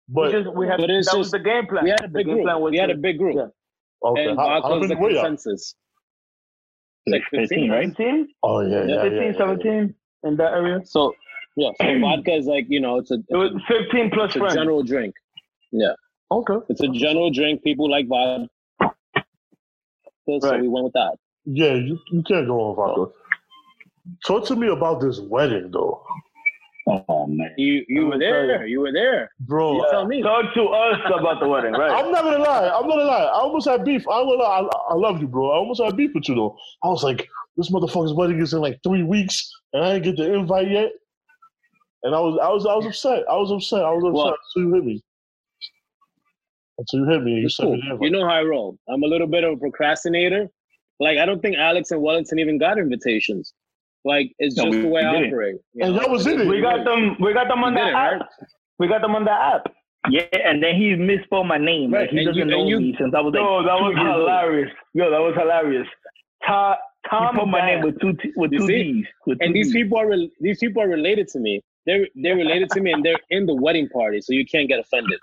S2: But
S3: we just we have
S5: But
S3: that
S5: it's
S3: was
S5: just-
S3: the game plan.
S5: We had a
S3: The
S5: big
S3: game
S5: group.
S3: plan was
S5: We had
S3: to-
S5: a big group.
S3: yeah.
S2: okay,
S5: And
S2: how,
S5: vodka
S2: how
S5: was
S2: many
S5: the
S2: were y'all?
S5: consensus.
S4: Like 15, right?
S3: 17?
S2: Oh yeah, yeah, yeah,
S3: 15,
S2: yeah, yeah.
S3: 17 in that area.
S5: So yeah, so vodka is like you know, it's a,
S3: It was
S5: it's a-
S3: 15 plus
S5: it's a
S3: friends.
S5: general drink.
S2: Okay.
S5: It's a general drink. People like vodka, so
S3: Right.
S5: we went with that.
S2: Yeah, you, you can't go on
S5: Oh.
S2: vodka. Talk to me about this wedding though,
S4: Oh man.
S5: You you
S3: Let
S5: were
S3: me tell
S5: there. You were there.
S2: bro.
S5: You tell me.
S3: Talk to us about the wedding, right?
S2: I'm not gonna lie. I'm not gonna lie. I almost had beef. I will. I, I love you, bro. I almost had beef with you though. I was like, this motherfucker's wedding is in like three weeks, and I didn't get the invite yet. And I was, I was, I was upset. I was upset. I was upset.
S5: What?
S2: So you hit me. until you hit me. You
S5: It's
S2: sent
S5: cool.
S2: me the invite.
S5: You know how I roll. I'm a little bit of a procrastinator. Like I don't think Alex and Wellington even got invitations. Like it's
S4: No,
S5: just
S4: we
S5: the way I
S4: didn't.
S5: operate. you
S2: and
S5: know?
S2: that was in it.
S3: We got them. We got them on
S5: You
S3: that
S5: did it, right?
S3: app. We got them on that app.
S4: Yeah, and then he misspelled my name.
S5: Right,
S4: Like, he
S5: and
S4: doesn't
S5: you-
S4: know
S5: and you-
S4: me since I was like,
S3: Yo, that
S4: two
S3: was
S4: years old.
S3: hilarious. Yo, that was hilarious. Tom,
S4: He
S3: Tom
S4: put my name
S3: Banks.
S4: with two t- with
S5: You
S4: two
S5: see?
S4: D's. With two
S5: and
S2: Hmm.
S5: these
S4: Ds.
S5: people are re- these people are related to me. They're they're related to me, and they're in the wedding party, so you can't get offended.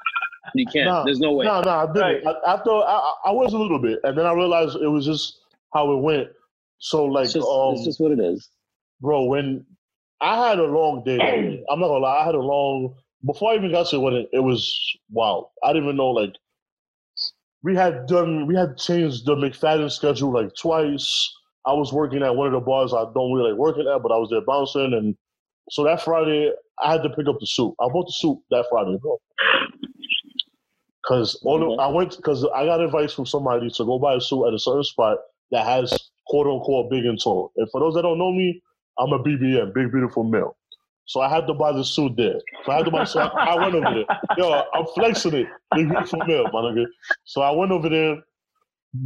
S5: You can't.
S2: Nah,
S5: There's no way.
S2: No, no, I did it. I- After I- I, I was a little bit, and then I realized it was just how it went. So like,
S5: it's, just,
S2: um,
S5: it's just what it is.
S2: bro, when I had a long day, that day. I'm not gonna lie, I had a long before I even got to the wedding. It was wild. I didn't even know like we had done we had changed the McFadden schedule like twice. I was working at one of the bars I don't really like working at, but I was there bouncing, and so that Friday I had to pick up the soup. I bought the soup that Friday. Cause all the, I went because I got advice from somebody to go buy a suit at a certain spot that has quote unquote big and tall. And for those that don't know me, I'm a BBM, big beautiful male. So I had to buy the suit there. So I had to buy. So I, I went over there. Yo, I'm flexing it, big beautiful male, my nigga. So I went over there.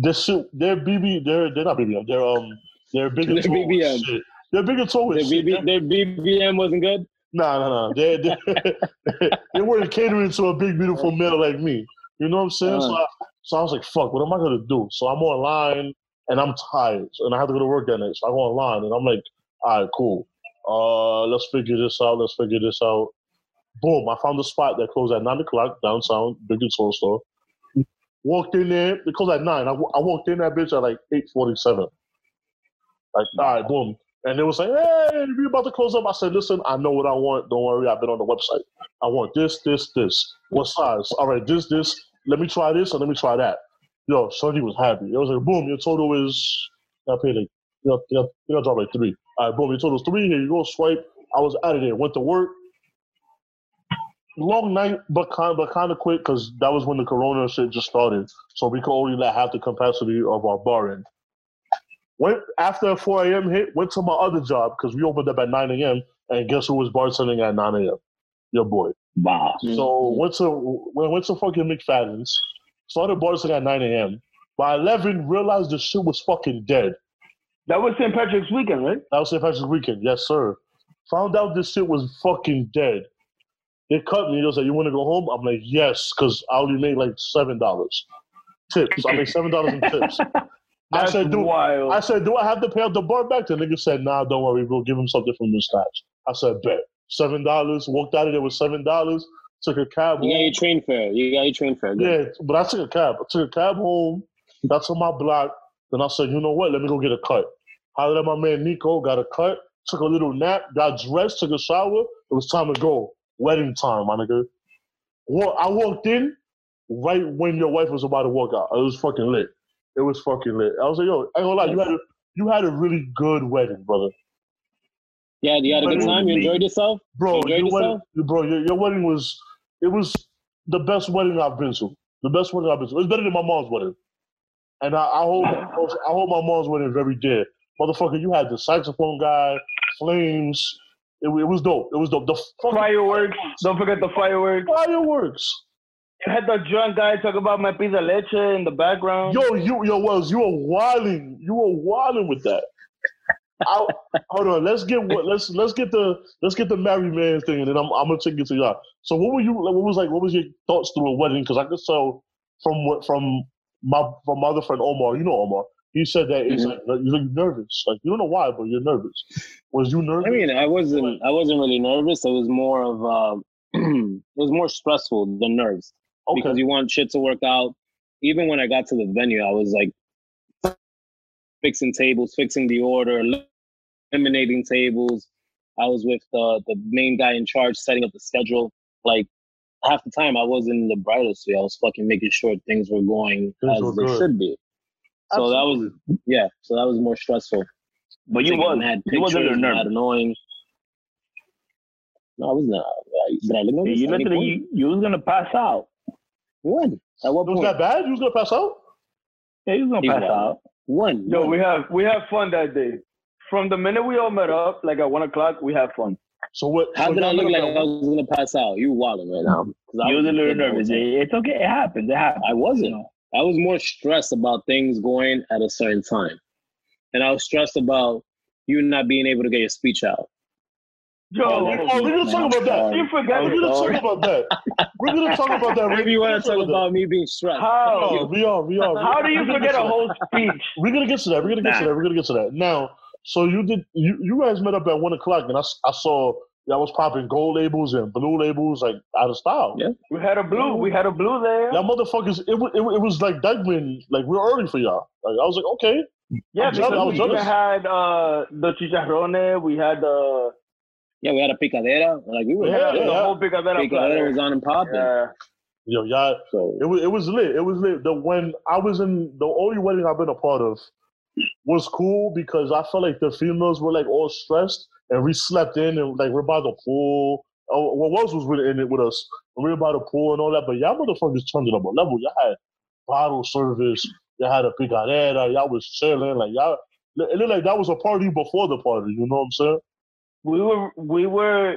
S2: The suit, they're BB, they're they're not BBM, they're um, they're big and
S5: They're
S2: tall. with
S5: BBM.
S2: shit. They're big and tall. with
S5: Their,
S2: shit.
S5: BB, their BBM wasn't good.
S2: No, no, no. They they, they weren't catering to a big beautiful male like me. You know what I'm saying? So, I, so I was like, "Fuck, what am I gonna do?" So I'm online and I'm tired, and I have to go to work that night. So I go online and I'm like, "All right, cool. Uh, let's figure this out. Let's figure this out." Boom! I found a spot that closed at nine o'clock downtown, big tool store. Walked in there. It closed at nine. I, wa- I walked in that bitch at like eight forty-seven. Like, all right, boom. And they was like, hey, we about to close up. I said, listen, I know what I want. Don't worry. I've been on the website. I want this, this, this. What size? All right, this, this. Let me try this and let me try that. Yo, Sonny was happy. It was like, boom, your total is, I paid like, you know, you know, you know, drop like three. All right, boom, your total's three. Here you go, swipe. I was out of there. Went to work. Long night, but kind, but kind of quick because that was when the corona shit just started. So we could only like half the capacity of our bar in. Went after 4 a.m. hit, went to my other job because we opened up at 9 a.m. And guess who was bartending at 9 a.m.? Your boy.
S4: Wow.
S2: So went to went, went to fucking McFadden's, started bartending at 9 a.m. By 11, realized the shit was fucking dead.
S3: That was St. Patrick's weekend, right?
S2: That was St. Patrick's weekend, yes sir. Found out this shit was fucking dead. They cut me. They was like, "You want to go home?" I'm like, "Yes," because I only made like seven dollars tips. I made seven dollars in tips. I
S3: That's
S2: said, "Dude,
S3: wild.
S2: I said, do I have to pay off the bar back? The nigga said, nah, don't worry. We'll give him something from the snatch. I said, bet. $7. Walked out of there with $7. Took a cab
S5: You got
S2: home.
S5: your train fare. You got your train fare. Good.
S2: Yeah, but I took a cab. I took a cab home. That's on my block. Then I said, you know what? Let me go get a cut. Hollered at my man Nico. Got a cut. Took a little nap. Got dressed. Took a shower. It was time to go. Wedding time, my nigga. Wa- I walked in right when your wife was about to walk out. It was fucking lit. It was fucking lit. I was like, yo, I ain't gonna lie, you had a, you had a really good wedding, brother.
S5: Yeah, you had a good time. You enjoyed yourself.
S2: Bro,
S5: Enjoyed
S2: your wedding,
S5: yourself?
S2: bro, your, your wedding was it was the best wedding I've been to. The best wedding I've been to. It's better than my mom's wedding. And I, I hold I hold my mom's wedding very dear. Motherfucker, you had the saxophone guy, flames. It, wa- it was dope. It was dope. The fucking
S3: Fireworks. Don't forget the fireworks.
S2: fireworks.
S3: I had the drunk guy talk about my pizza leche in the background.
S2: Yo, you, yo, Wells, you were wilding. You were wilding with that. I, hold on, let's get what let's let's get the let's get the married man thing, and then I'm I'm gonna take it to y'all. So, what were you? What was like? What was your thoughts through a wedding? Because I could tell from what from my from my other friend Omar. You know Omar. He said that it's
S5: Mm-hmm.
S2: like you're nervous. Like you don't know why, but you're nervous. Was you nervous?
S5: I mean, I wasn't. I wasn't really nervous. It was more of. Um, it was more stressful than nerves.
S4: Oh,
S5: because you want shit to work out. Even when I got to the venue, I was like fixing tables, fixing the order, eliminating tables. I was with uh, the the main guy in charge, setting up the schedule. Like half the time, I wasn't the brightest. I was fucking making sure things were going
S2: Things
S5: as
S2: were
S5: they
S2: good.
S5: should be. So that was yeah. So that was more stressful.
S4: But you
S5: Taking
S4: was
S5: mad
S4: you wasn't
S5: pictures, mad
S4: nervous.
S5: annoying. No, I was not. Did I look nervous?
S4: You
S5: At any
S4: literally
S5: point?
S4: you, you was gonna pass out.
S5: When? At what
S2: It was
S5: point?
S2: that bad? You was gonna pass out?
S4: Yeah, you was gonna
S5: He
S4: pass
S5: was.
S4: out.
S5: When?
S3: Yo,
S5: When?
S3: we have we have fun that day. From the minute we all met up, like at one o'clock, we have fun.
S2: So what?
S5: How
S2: what
S5: did I
S2: y'all
S5: look like
S2: about-
S5: I was gonna pass out? You wilding right now. 'Cause I
S4: You was a little
S5: you know,
S4: nervous. eh? Jay. It's okay. It happens. It happens.
S5: I wasn't.
S4: You know.
S5: I was more stressed about things going at a certain time, and I was stressed about you not being able to get your speech out.
S3: Yo,
S2: Oh, we- oh, we're gonna talk about that.
S3: you forgot
S2: We're gonna talk
S3: to
S2: about that. We're gonna talk about that.
S5: Maybe you want to talk about me being
S2: Oh,
S5: stressed.
S3: how?
S2: we are. We are.
S3: How do you forget a whole speech?
S2: We're gonna get to that. We're gonna get to that. We're gonna get to that. Now, so you did. You, you guys met up at one o'clock, and I, s- I saw y'all was popping gold labels and blue labels like out of style.
S5: Yeah.
S3: We had a blue. We had a blue there.
S2: Y'all motherfuckers, it, wa- it, wa- it was like Dykeman, like we're early for y'all. Like I was like, okay,
S3: Yeah,
S2: I'm jealous. I was
S3: because we even
S2: jealous.
S3: had uh, the chicharrones. We had the
S5: Yeah, we had a picadera. Like we were
S2: Yeah,
S3: yeah,
S5: yeah,
S3: the
S2: yeah.
S3: whole picadera
S5: picadera was
S3: platter.
S5: on and popping.
S3: Yeah.
S2: yo, y'all,
S5: So
S2: it was it was lit. It was lit. The when I was in the only wedding I've been a part of was cool because I felt like the females were like all stressed and we slept in and like we're by the pool. Oh, well, Wells was with, in it with us. We were by the pool and all that, but y'all motherfuckers turned it up a level. Y'all had bottle service. Y'all had a picadera. Y'all was chilling. Like y'all, it looked like that was a party before the party. You know what I'm saying?
S3: We were we were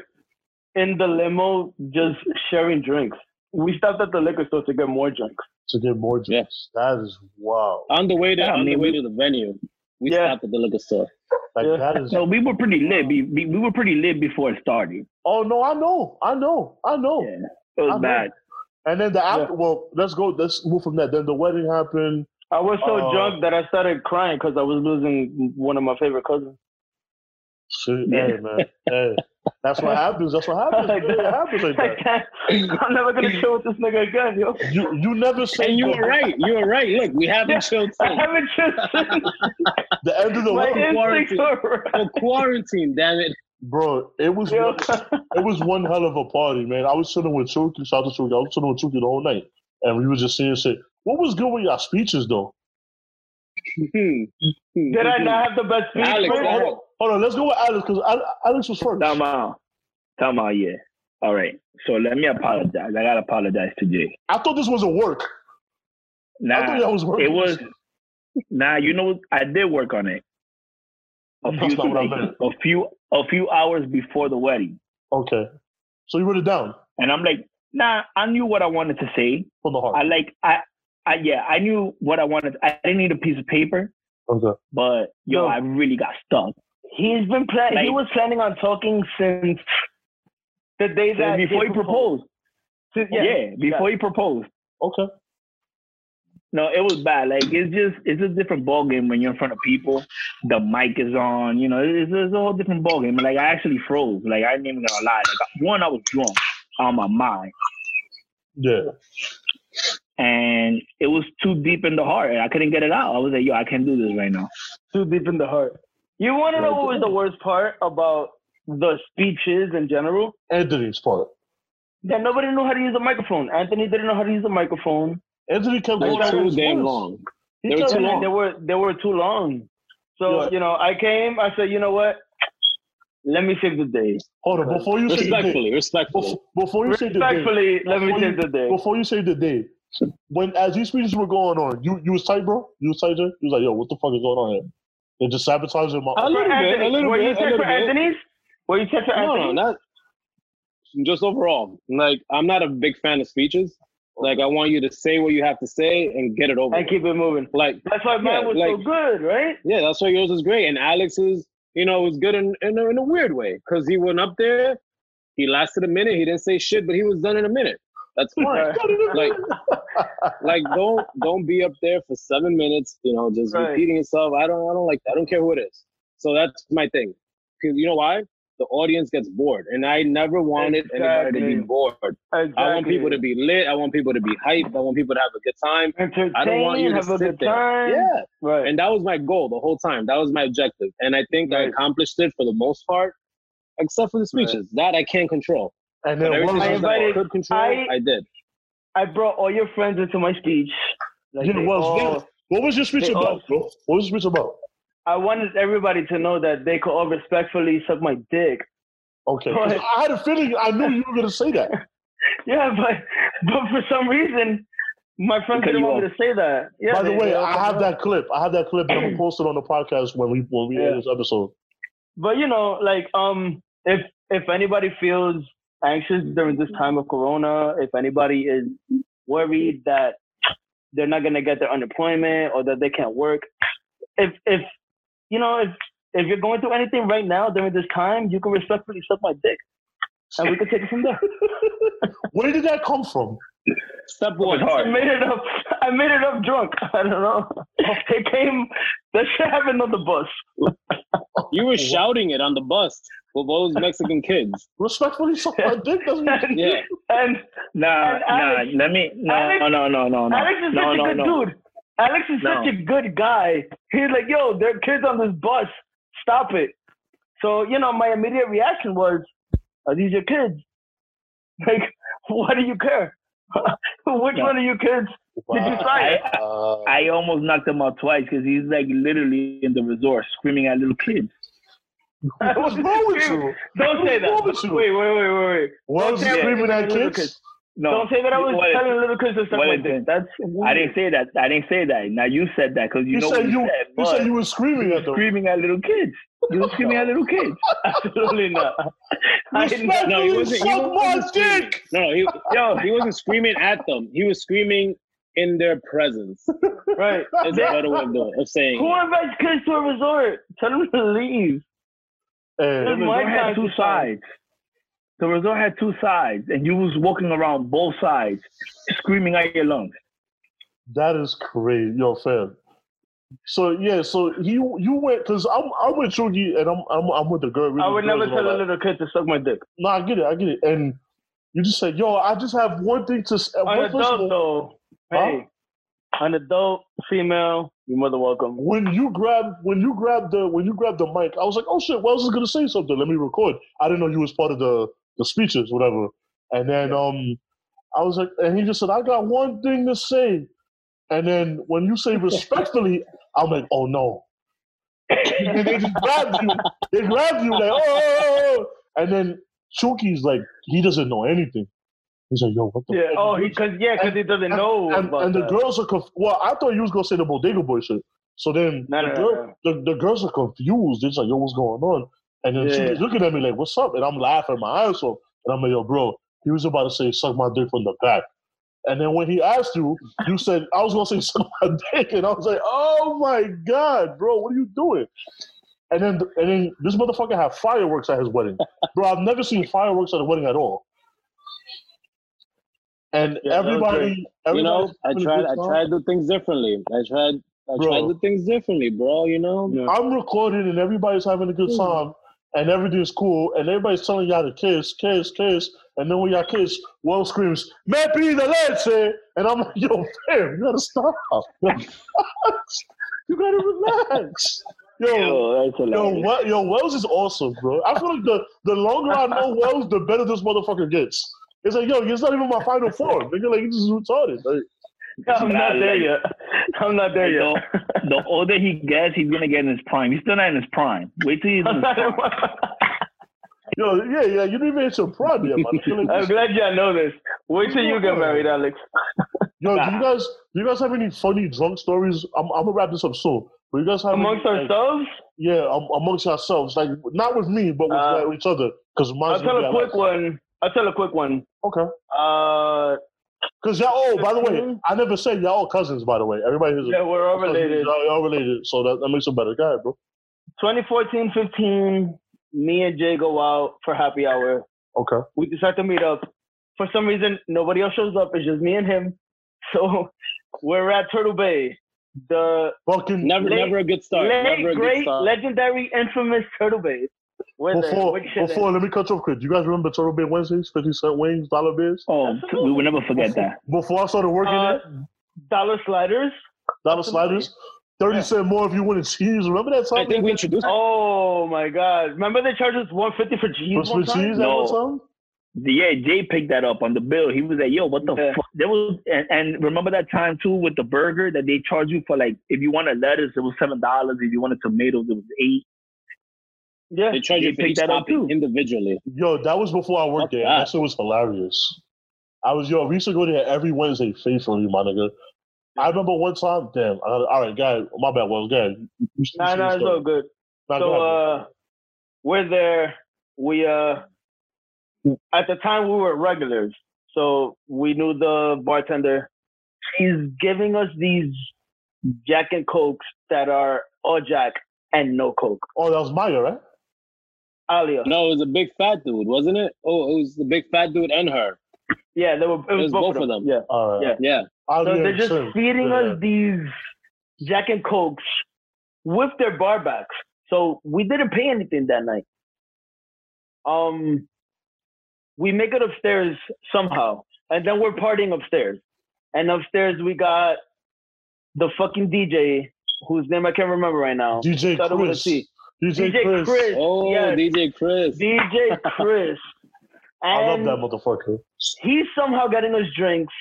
S3: in the limo just sharing drinks. We stopped at the liquor store to get more drinks.
S2: to get more drinks. That is wow.
S5: on the way to
S4: Yeah, I
S5: on the
S4: mean,
S5: way to the venue, we
S3: Yeah.
S5: stopped at the liquor store.
S2: Like
S3: Yeah.
S2: that is.
S4: So we were pretty lit. We, we, we were pretty lit before it started.
S2: Oh no, I know, I know, I know.
S4: Yeah. It was
S2: I know.
S4: bad.
S2: And then the after. Well, let's go. Let's move from that. Then the wedding happened.
S3: I was so
S2: Oh.
S3: drunk that I started crying because I was losing one of my favorite cousins.
S2: Shit,
S4: Yeah.
S2: hey man, hey, that's what happens. That's what happens.
S3: Like
S2: man. It
S3: that.
S2: happens like that.
S3: I'm never gonna chill with this nigga again, yo.
S2: You you never say
S5: And you
S2: the,
S5: were right. You were right. Look, we haven't
S3: Yeah.
S5: chilled
S3: I
S5: since.
S3: haven't chilled since
S2: the end of the
S3: my
S2: wedding,
S3: instincts
S5: quarantine.
S3: were
S5: For quarantine, damn it.
S2: bro. It was
S3: yo.
S2: one, it was one hell of a party, man. I was chilling with Chucky. Shout out to Chucky. I was chilling with Chucky the whole night, and we were just seeing shit. What was good with y'all speeches though?
S3: Did I not have the best speech?
S5: Hmm. Alex,
S3: man?
S2: Hold on, hold on. Let's go with Alex because Alex was first.
S4: Time out. Time out, yeah. All right. So let me apologize. I gotta apologize to Jay.
S2: I thought this was a work. I thought
S4: Nah,
S2: that was work.
S4: it was nah, you know I did work on it. A
S2: That's
S4: few,
S2: not what I meant.
S4: a few a few hours before the wedding.
S2: Okay. So you wrote it down
S4: And I'm like, nah, I knew what I wanted to say.
S2: from the heart.
S4: I like I I yeah, I knew what I wanted. I didn't need a piece of paper,
S2: okay.
S4: but yo,
S3: No.
S4: I really got stuck.
S3: He's been planning. he
S4: Like-
S3: was planning on talking since the day that
S4: Since before he proposed.
S3: Since-
S4: Yeah, before he proposed.
S2: Okay.
S4: No, it was bad. Like it's just it's a different ball game when you're in front of people. The mic is on, you know. It's, it's a whole different ball game. Like I actually froze. Like I ain't even gonna lie. Like one, I was drunk on my mind,
S2: Yeah.
S4: and it was too deep in the heart. and I couldn't get it out. I was like, yo, I can't do this right now.
S3: too deep in the heart. You want to know what was the worst part about the speeches in general?
S2: Anthony's part.
S3: That nobody knew how to use a microphone. Anthony didn't know how to use a microphone.
S2: Anthony kept
S5: They
S2: going
S5: were
S2: at
S5: too
S2: his
S5: damn
S2: words.
S5: long.
S2: He
S5: They were
S2: kept
S5: too
S3: And
S5: long.
S3: They were they were too long. So
S2: Yeah.
S3: you know, I came. I said, you know what? Let me save the day.
S2: Hold on. Before you say the date,
S5: Respectfully, respectfully.
S2: before, before you say the date,
S3: Respectfully, let
S2: Before
S3: me
S2: you-
S3: save the day.
S2: before you say the date, when as these speeches were going on, you you was tight, bro. You was tight, Jay? You was like, yo, what the fuck is going on here? They're just sabotaging my.
S5: A little
S3: For
S5: bit, a
S3: Anthony,
S5: little
S3: were
S5: bit,
S3: you
S5: a
S3: set
S5: little
S3: for
S5: bit.
S3: Anthony's? Were you set for
S5: No,
S3: Anthony's?
S5: no, not just overall. Like I'm not a big fan of speeches. Like I want you to say what you have to say and get it over.
S3: and
S5: with.
S3: keep it moving.
S5: Like
S3: That's why mine
S5: Yeah,
S3: was so
S5: like-
S3: good, right?
S5: yeah, that's why yours is great. And Alex's, you know, was good in in a, in a weird way because he went up there, he lasted a minute, he didn't say shit, but he was done in a minute. That's fine. like like don't don't be up there for seven minutes, you know, just
S3: Right.
S5: repeating yourself. I don't I don't like that. I don't care who it is. So that's my thing. Because you know why? The audience gets bored, and I never wanted anybody to
S3: Exactly.
S5: be bored.
S3: Exactly.
S5: I want people to be lit. I want people to be hyped. I want people to have a good time.
S3: entertain.
S5: I don't want you to
S3: have a
S5: sit
S3: good
S5: there.
S3: time.
S5: Yeah.
S3: Right.
S5: And that was my goal the whole time. That was my objective. And I think I
S3: Right.
S5: accomplished it for the most part, except for the speeches. That I can't control.
S2: and
S5: But
S2: then
S5: everything
S2: Wells
S3: I
S5: else that
S2: was like,
S5: I
S3: invited-
S5: could control, I,
S3: I-
S5: did.
S3: I brought all your friends into my speech. Like,
S2: Yeah,
S3: they
S2: Wells,
S3: all-
S2: Wells, what was your speech
S3: they all-
S2: about, bro? What was your speech about?
S3: I wanted everybody to know that they could all respectfully suck my dick.
S2: Okay. 'Cause
S3: Right.
S2: I had a feeling I knew you were gonna say that.
S3: Yeah, but but for some reason, my friends
S4: Because
S3: didn't
S4: you
S3: want me to say that. Yeah,
S2: By the
S3: they-
S2: way,
S3: they all
S2: I have
S3: said
S2: that clip. I have that clip, and I'm gonna post it on the podcast when we when we
S3: Yeah.
S2: end this episode.
S3: But you know, like um, if if anybody feels anxious during this time of corona, if anybody is worried that they're not gonna get their unemployment or that they can't work, if if you know if if you're going through anything right now during this time, you can respectfully suck my dick, and we can take it from there.
S2: Where did that come from?
S5: Step one.
S3: I made it up. I made it up drunk. I don't know. It came. That shit happened on the bus.
S5: You were shouting it on the bus with all those Mexican kids.
S2: Respectfully, suck my dick. That's what
S3: And,
S5: Yeah.
S3: and
S4: Nah,
S3: And
S4: nah.
S3: Alex-
S4: Let me. No,
S3: Alex-
S4: no, no, no, no.
S3: Alex is
S4: no,
S3: such
S4: no,
S3: a good
S4: no.
S3: dude. Alex is such
S4: No.
S3: a good guy. He's like, yo, there are kids on this bus. Stop it. So, you know, my immediate reaction was, are these your kids? Like, why do you care? Which
S4: No.
S3: one of you kids? Did you try it?
S2: Wow.
S4: I almost knocked him out twice because he's like literally in the resort screaming at little kids.
S3: I
S2: What's
S3: was-
S2: wrong with you?
S3: Don't say that.
S2: What's wrong
S3: Wait,
S2: with you?
S3: wait, wait, wait, wait.
S2: Why was you
S3: Don't say
S2: screaming
S3: that.
S2: at kids?
S4: No,
S3: Don't say that I was
S4: What is-
S3: telling little kids to suck
S4: what
S3: my
S4: is
S3: dick.
S4: it?
S3: That's
S4: I didn't say that. I didn't say that. Now you said that because you
S2: You
S4: know what
S2: said
S4: you,
S2: you.
S4: said.
S2: You
S4: but
S2: said you were screaming at them.
S4: screaming at little kids. You were screaming at little kids.
S3: absolutely not. I didn't-
S5: No,
S2: Respectfully,
S5: he wasn't. He
S2: suck my
S5: wasn't screaming.
S2: dick.
S5: No, he, yo, he wasn't screaming at them. He was screaming in their presence.
S3: Right.
S5: Is a better way of, doing, of saying.
S3: Who
S5: it.
S3: invites kids to a resort? Tell them to leave.
S2: Hey,
S4: The resort
S3: God,
S4: had two
S3: this
S4: sides. The resort had two sides, and you was walking around both sides, screaming at your lungs.
S2: that is crazy, yo, fam. So yeah, so he you went because I'm I'm with Chugi and I'm I'm I'm with the girl. with
S3: I
S2: the
S3: would never
S2: girls and all
S3: tell a
S2: that.
S3: little kid to suck my dick.
S2: No, I get it, I get it. And you just said, yo, I just have one thing to. s-
S3: An
S2: one- first of
S3: adult
S2: all,
S3: though, hey, an adult female, you're more than welcome.
S2: When you grab when you grab the when you grab the mic, I was like, oh shit, Wells is gonna say something. Let me record. I didn't know you was part of the the speeches, whatever. And then um, I was like, and he just said, I got one thing to say. And then when you say respectfully, I'm like, oh no. and they just grabbed you. They grabbed you like, oh, oh, oh. and then Chuki's like, he doesn't know anything. He's like, yo, what the?
S3: Yeah.
S2: fuck
S3: Oh,
S2: is
S3: he,
S2: this?
S3: cause yeah, cause he doesn't know
S2: and,
S3: about
S2: and the
S3: that.
S2: girls are conf- well. I thought you was gonna say the bodega boy shit. So then
S3: No,
S2: the,
S3: no, no,
S2: girl, The, the girls are confused. They're just like, "Yo, what's going on?" And then
S3: Yeah.
S2: she's looking at me like, "What's up?" And I'm laughing my ass off. And I'm like, "Yo, bro, he was about to say suck my dick from the back." And then when he asked you, you said, "I was gonna say suck my dick," and I was like, "Oh my god, bro, what are you doing?" And then and then this motherfucker had fireworks at his wedding, bro. I've never seen fireworks at a wedding at all. And
S3: Yeah, that was
S2: everybody, everybody,
S5: you know, I
S2: having a
S5: tried.
S2: good
S5: I
S2: time.
S5: tried to do things differently. I tried. I
S2: Bro.
S5: tried to do things differently, bro. You know.
S3: Yeah.
S2: I'm recording and everybody's having a good time and everything's cool and everybody's telling y'all to kiss, kiss, kiss. And then when y'all kiss, Will screams, Me pide leche. And I'm like, yo, fam, you gotta stop. you gotta relax. Yo,
S4: Yo, that's
S2: yo,
S4: hilarious.
S2: well, yo, Wells is awesome, bro. I feel like the, the longer I know Wells, the better this motherfucker gets. It's like, yo, it's not even my final form. Nigga, like, you just retarded. Like,
S3: I'm not there yet. I'm not there
S4: Yo,
S3: yet.
S4: the older he gets, he's gonna get in his prime. He's still not in his prime. Wait till he's in
S3: I'm,
S4: his
S3: not
S4: prime.
S3: in my-
S2: yo, yeah, yeah, you didn't even hit your prime yet, man. I feel like
S3: I'm glad y'all know this. Wait till you get married, Alex.
S2: Yo, do you guys do you guys have any funny drunk stories? I'm, I'm gonna wrap this up soon. But you guys have
S3: Amongst
S2: any, like,
S3: ourselves,
S2: yeah, um, amongst yourselves, like not with me, but with
S3: Uh,
S2: like, each other, because mine's
S3: I'll tell
S2: gonna
S3: a
S2: be
S3: quick one. I'll tell a quick one.
S2: like- okay.
S3: Uh,
S2: Because y'all, oh, by the way, I never said y'all all cousins. By the way, everybody is
S3: yeah, we're all
S2: cousins.
S3: related.
S2: Y'all, y'all related, so that, that makes it better. Go ahead, bro.
S3: 2014, 15, me and Jay go out for happy hour.
S2: Okay.
S3: we decide to meet up. For some reason, nobody else shows up. It's just me and him. So we're at Turtle Bay, the
S2: Fucking
S5: Never,
S3: Late-
S5: never a good start.
S3: late,
S5: never a good
S3: great,
S5: start.
S3: legendary, infamous Turtle Bay. We're there.
S2: before
S3: We're chilling.
S2: before let me cut you off quick. Do you guys remember Turtle Bay Wednesdays, fifty cent wings, dollar beers?
S4: Oh, we will never forget that.
S2: Before I started working
S3: Uh,
S2: there,
S3: dollar sliders.
S2: dollar sliders, thirty
S3: Yeah.
S2: cent more if you wanted cheese. Remember that time?
S5: I think we introduced.
S3: Oh my God! Remember they charged us 150 for cheese
S2: Was
S3: one
S2: with
S3: time.
S2: cheese at one
S4: No.
S2: time?
S4: Yeah, Jay picked that up on the bill. He was like, "Yo, what the
S3: Yeah.
S4: fuck?" There was, and, and remember that time too with the burger that they charge you for like if you wanted lettuce, it was seven dollars. If you wanted tomatoes, it was eight.
S3: Yeah.
S5: They charge
S4: They
S5: you for
S4: picked
S5: each
S4: that up
S5: topic
S4: too.
S5: individually.
S2: Yo, that was before I worked
S5: Fuck
S2: there. and That
S5: that.
S2: shit was hilarious. I was yo, we used to go there every Wednesday faithfully, my nigga. I remember one time, damn. I, all right, guy, my bad. Well, guy,
S3: Nah, nah, it's all good. So uh, we're there. We uh, at the time we were regulars, so we knew the bartender. She's giving us these Jack and Cokes that are all Jack and no Coke.
S2: Oh, that was Maya, right?
S3: Alia.
S5: No, it was a big fat dude, wasn't it? Oh, it was the big fat dude and her.
S3: Yeah, they were. It was, both, of them. Yeah.
S2: All right.
S3: Yeah.
S5: Yeah.
S3: So
S2: Ali
S3: they're
S2: and
S3: just
S2: Sim.
S3: feeding
S2: Yeah.
S3: us these Jack and Cokes with their bar backs. So we didn't pay anything that night. Um, we make it upstairs somehow, and then we're partying upstairs. And upstairs we got the fucking DJ whose name I can't remember right now.
S2: DJ
S3: Started with a
S2: Chris.
S3: T.
S2: DJ,
S3: DJ
S2: Chris.
S3: Chris.
S5: Oh,
S3: Yes.
S5: DJ Chris.
S3: DJ Chris.
S2: I love
S3: And
S2: that motherfucker.
S3: he's somehow getting us drinks,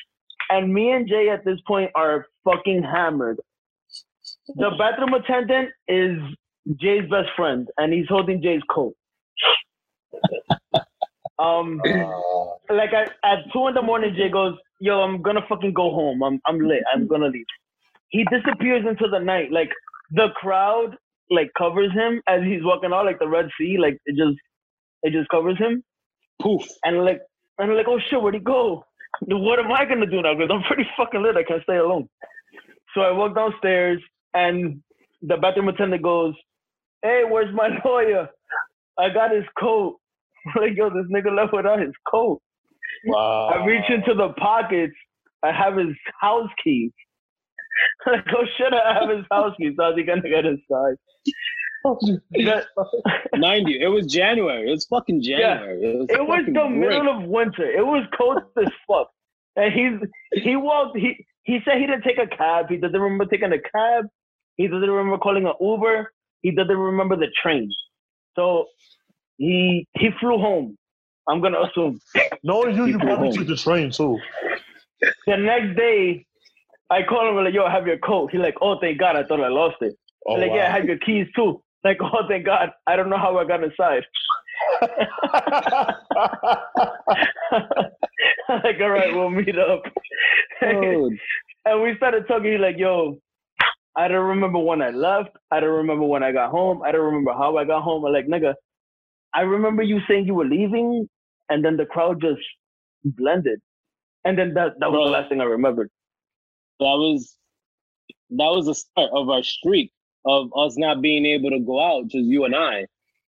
S3: and me and Jay at this point are fucking hammered. The bathroom attendant is Jay's best friend, and he's holding Jay's coat. um, like at, at two in the morning, Jay goes, "Yo, I'm gonna fucking go home. I'm I'm lit. I'm gonna leave." He disappears into the night. Like the crowd like covers him as he's walking out, like the Red Sea. Like it just it just covers him
S5: Poof.
S3: and like and like oh shit where'd he go what am i gonna do now because i'm pretty fucking lit i can't stay alone so i walk downstairs and the bathroom attendant goes hey where's my lawyer i got his coat like yo this nigga left without his coat
S2: Wow.
S3: i reach into the pockets i have his house key like oh shit i have his house key so i think i'm gonna get inside That-
S5: Mind you, it was January. It was fucking January. It was,
S3: It was
S5: fucking
S3: the
S5: brick.
S3: middle of winter. It was cold as fuck. And he's he walked he he said he didn't take a cab. He doesn't remember taking a cab. He doesn't remember calling an Uber. He doesn't remember the train. So he he flew home. I'm gonna assume.
S2: No, you you
S5: People
S2: probably
S5: home.
S2: took the train too.
S3: The next day I call him like, yo, I have your coat. He's like, Oh thank God, I thought I lost it.
S2: Oh,
S3: I'm like, yeah, I have your keys too. Like, oh thank God. I don't know how I got inside. like, all right, we'll meet up.
S5: Dude,
S3: And we started talking like, yo, I don't remember when I left. I don't remember when I got home. I don't remember how I got home. I'm like, nigga, I remember you saying you were leaving, and then the crowd just blended. And then that, that was
S5: Bro.
S3: the last thing I remembered.
S5: that was that was the start of our streak of us not being able to go out, just you and I.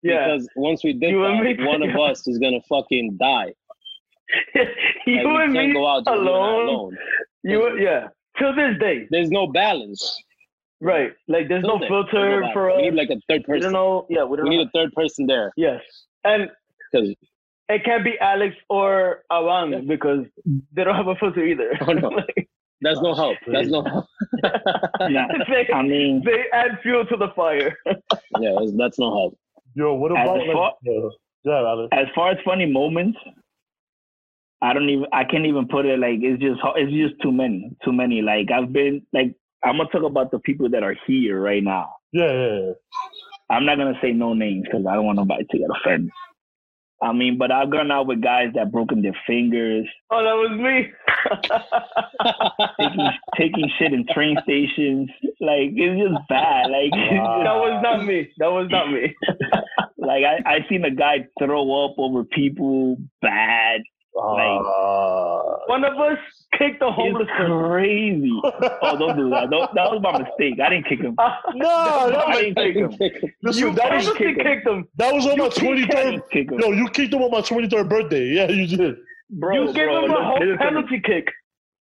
S3: Yeah.
S5: Because once we did
S3: You and
S5: that,
S3: me.
S5: one of us was gonna fucking die.
S3: you
S5: Like, we
S3: and
S5: can't
S3: me
S5: go out just you and I
S3: alone.
S5: alone.
S3: You, yeah. Till this day.
S5: There's no balance.
S3: Right. Like, there's no
S5: Till then,
S3: filter
S5: there's no
S3: for
S5: balance.
S3: us.
S5: We need like a third
S3: we
S5: person.
S3: don't know. Yeah, we don't
S5: We
S3: know.
S5: need a third person there
S3: yes. And
S5: because
S3: it can't be Alex or Awan because they don't have a filter either.
S5: Oh, no. that's no help. That's no help.
S4: Nah,
S3: They-
S4: I mean,
S3: they add fuel to the fire.
S5: Yeah, that's, that's no help.
S2: Yo, what
S4: As
S2: about
S4: a
S2: like,
S4: fuck-
S2: yeah, yeah, Alex.
S4: as far as funny moments, I don't even I can't even put it like it's just it's just too many too many. Like I've been like I'm gonna talk about the people that are here right now.
S2: Yeah, yeah, yeah.
S4: I'm not gonna say no names because I don't want nobody to get offended. I mean, but I've gone out with guys that broken their fingers,
S3: Oh, that was me.
S4: taking taking shit in train stations. Like it's just bad. Like it's
S2: Wow.
S4: just-
S3: that was not me. That was not me.
S4: like I I seen a guy throw up over people. Bad.
S2: Ah.
S3: One of us kicked a homeless
S4: It's
S3: person.
S4: crazy. Oh, don't do that. Don't, that was my mistake. I didn't kick him.
S2: no, that
S4: I
S2: was,
S4: didn't kick him.
S2: listen,
S3: You
S2: that was
S3: purposely kicked him.
S2: that was on my
S4: He
S2: twenty third.
S4: can't kick him.
S2: Yo, you kicked him on my twenty third birthday. Yeah, you did.
S4: Bro,
S3: You gave
S4: bro,
S3: him
S4: look,
S3: a
S4: this
S3: whole
S4: is the thing.
S3: penalty kick.